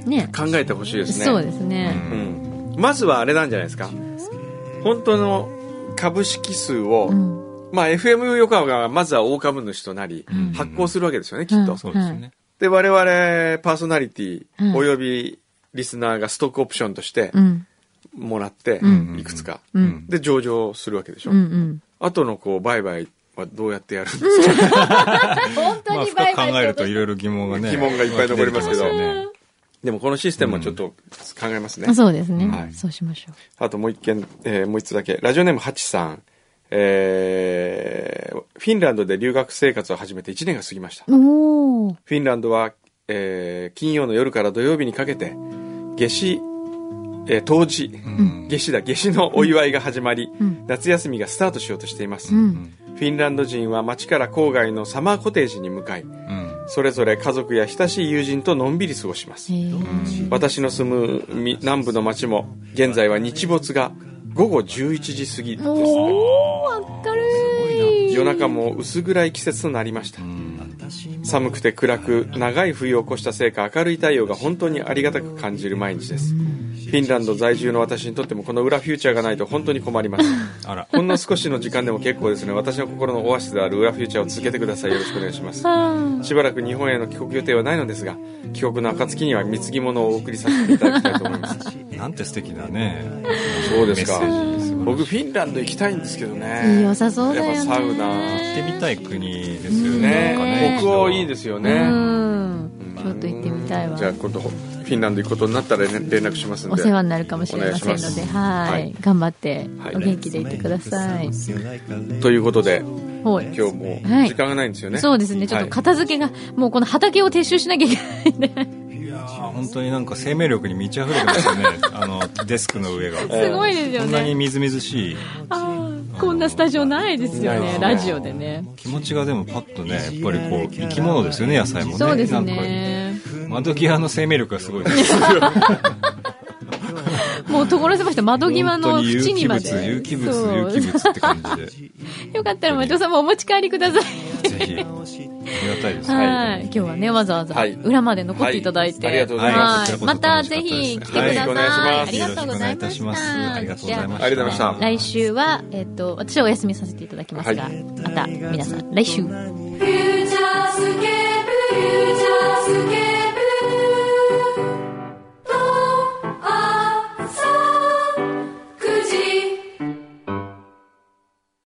[SPEAKER 1] ね。
[SPEAKER 2] 考えてほしいですね。
[SPEAKER 1] そうですね。
[SPEAKER 2] うん。まずはあれなんじゃないですか。本当の株式数を、
[SPEAKER 1] うん。
[SPEAKER 2] まあ、FM 横浜がまずは大株主となり、発行するわけですよね、きっと。
[SPEAKER 3] そうですよね。
[SPEAKER 2] で、我々、パーソナリティ、
[SPEAKER 1] うん
[SPEAKER 2] およびリスナーがストックオプションとして
[SPEAKER 1] うん。
[SPEAKER 2] もらって、
[SPEAKER 1] ん
[SPEAKER 2] いくつか、
[SPEAKER 1] うん。
[SPEAKER 2] で、上場するわけでしょ。
[SPEAKER 1] うん。うん。
[SPEAKER 2] 後のこう、売買はどうやってやるんですか
[SPEAKER 1] 本
[SPEAKER 3] まあ、深く考えるといろいろ疑問がね。
[SPEAKER 2] 疑問がいっぱい残りますけど
[SPEAKER 3] 出てよね
[SPEAKER 2] でも、このシステムはちょっと考えますね。
[SPEAKER 1] そうですね、
[SPEAKER 2] はい
[SPEAKER 1] そうしましょ
[SPEAKER 2] あともう一件、えーもう一つだけ。ラジオネームハチさん。えーフィンランドで留学生活を始めて1年が過ぎました。
[SPEAKER 1] う。おお。
[SPEAKER 2] フィンランドは、えー金曜の夜から土曜日にかけて、夏至、えー冬至、夏至だ、夏至のお祝いが始まり、
[SPEAKER 1] うん
[SPEAKER 2] 夏休みがスタートしようとしています。
[SPEAKER 1] うん。
[SPEAKER 2] フィンランド人は町から郊外のサマーコテージに向かい、
[SPEAKER 3] うん。
[SPEAKER 2] それぞれ家族や親しい友人とのんびり過ごします
[SPEAKER 1] へ。え。
[SPEAKER 2] 私の住むみ南部の町も、現在は日没が午後11時過ぎです。
[SPEAKER 1] おお、明るい。
[SPEAKER 2] 夜中も薄暗い季節となりました、寒くて暗く長い冬を越したせいか明るい太陽が本当にありがたく感じる毎日ですフィンランド在住の私にとってもこの裏フューチャーがないと本当に困ります
[SPEAKER 3] あら。
[SPEAKER 2] ほんの少しの時間でも結構ですね私の心のオアシスである裏フューチャーを続けてくださいよろしくお願いします
[SPEAKER 1] は
[SPEAKER 2] しばらく日本への帰国予定はないのですが帰国の暁には貢ぎ物をお送りさせていただきたいと思います
[SPEAKER 3] なんて素敵なね。
[SPEAKER 2] そうですか
[SPEAKER 3] メッセージ
[SPEAKER 2] 僕フィンランド行きたいんですけど
[SPEAKER 1] あい
[SPEAKER 2] ね
[SPEAKER 1] い良さそうだよね。
[SPEAKER 2] やっぱサウナ
[SPEAKER 3] 行ってみたい国ですよね。
[SPEAKER 2] ね
[SPEAKER 1] ね
[SPEAKER 2] 北欧いいですよね、
[SPEAKER 1] うん。ちょっと行ってみたいわ。
[SPEAKER 2] じゃあ今度フィンランド行くことになったら、ね、連絡しますんで
[SPEAKER 1] お世話になるかもしれません
[SPEAKER 2] お願
[SPEAKER 1] の
[SPEAKER 2] い
[SPEAKER 1] で、
[SPEAKER 2] し
[SPEAKER 1] はい
[SPEAKER 2] はい
[SPEAKER 1] 頑張って
[SPEAKER 2] はい、
[SPEAKER 1] お元気
[SPEAKER 5] um
[SPEAKER 1] でいてください。
[SPEAKER 2] ということで
[SPEAKER 1] はい。
[SPEAKER 2] 今日もう
[SPEAKER 1] はい
[SPEAKER 2] 時間がないんですよね、
[SPEAKER 1] そうですね、ちょっと片付けが、もうこの畑を撤収しなきゃいけないんで、
[SPEAKER 3] 本当になんか生命力に満ち溢れてますよね。あの、デスクの上が。
[SPEAKER 1] すごいですよ
[SPEAKER 3] こんなに
[SPEAKER 1] ね。
[SPEAKER 3] みずみずしい。
[SPEAKER 1] あーこんなスタジオないですよね、ラジオでね。
[SPEAKER 3] 気持ちがでもパッとね、やっぱりこう、生き物ですよね、野菜もね。
[SPEAKER 1] そうです
[SPEAKER 3] なんか
[SPEAKER 1] ね。
[SPEAKER 3] 窓際の生命力がすごいです。
[SPEAKER 1] もう所狭しと窓際の
[SPEAKER 3] 本当に有
[SPEAKER 1] 縁に
[SPEAKER 3] 機
[SPEAKER 1] ま
[SPEAKER 3] 物、
[SPEAKER 1] で。
[SPEAKER 3] 有機物、
[SPEAKER 1] そう
[SPEAKER 3] 有機物って感じで。
[SPEAKER 1] よかったら、町尾さんもお持ち帰りください。
[SPEAKER 3] ぜひ、ありがたいです。
[SPEAKER 1] はい。今日はね、わざわざ
[SPEAKER 2] はい
[SPEAKER 1] 裏まで残っていただいて。
[SPEAKER 2] はいありがとうございます
[SPEAKER 1] は
[SPEAKER 3] こちら
[SPEAKER 1] ま
[SPEAKER 3] こそ
[SPEAKER 1] た
[SPEAKER 3] 楽しか
[SPEAKER 1] ぜ
[SPEAKER 3] ったです
[SPEAKER 1] ひ来てください。
[SPEAKER 2] はいお願いしま
[SPEAKER 1] あ
[SPEAKER 2] す
[SPEAKER 1] りがとうございまし
[SPEAKER 3] よろしくお願いいたします
[SPEAKER 1] た。
[SPEAKER 3] ありがとうございました
[SPEAKER 1] じゃ
[SPEAKER 2] ありがとうございました
[SPEAKER 1] 来週は、えっ、と、私はお休みさせていただきますが、
[SPEAKER 2] はい
[SPEAKER 1] また皆さん、来週。
[SPEAKER 7] 「フューチャースケープフューチャースケー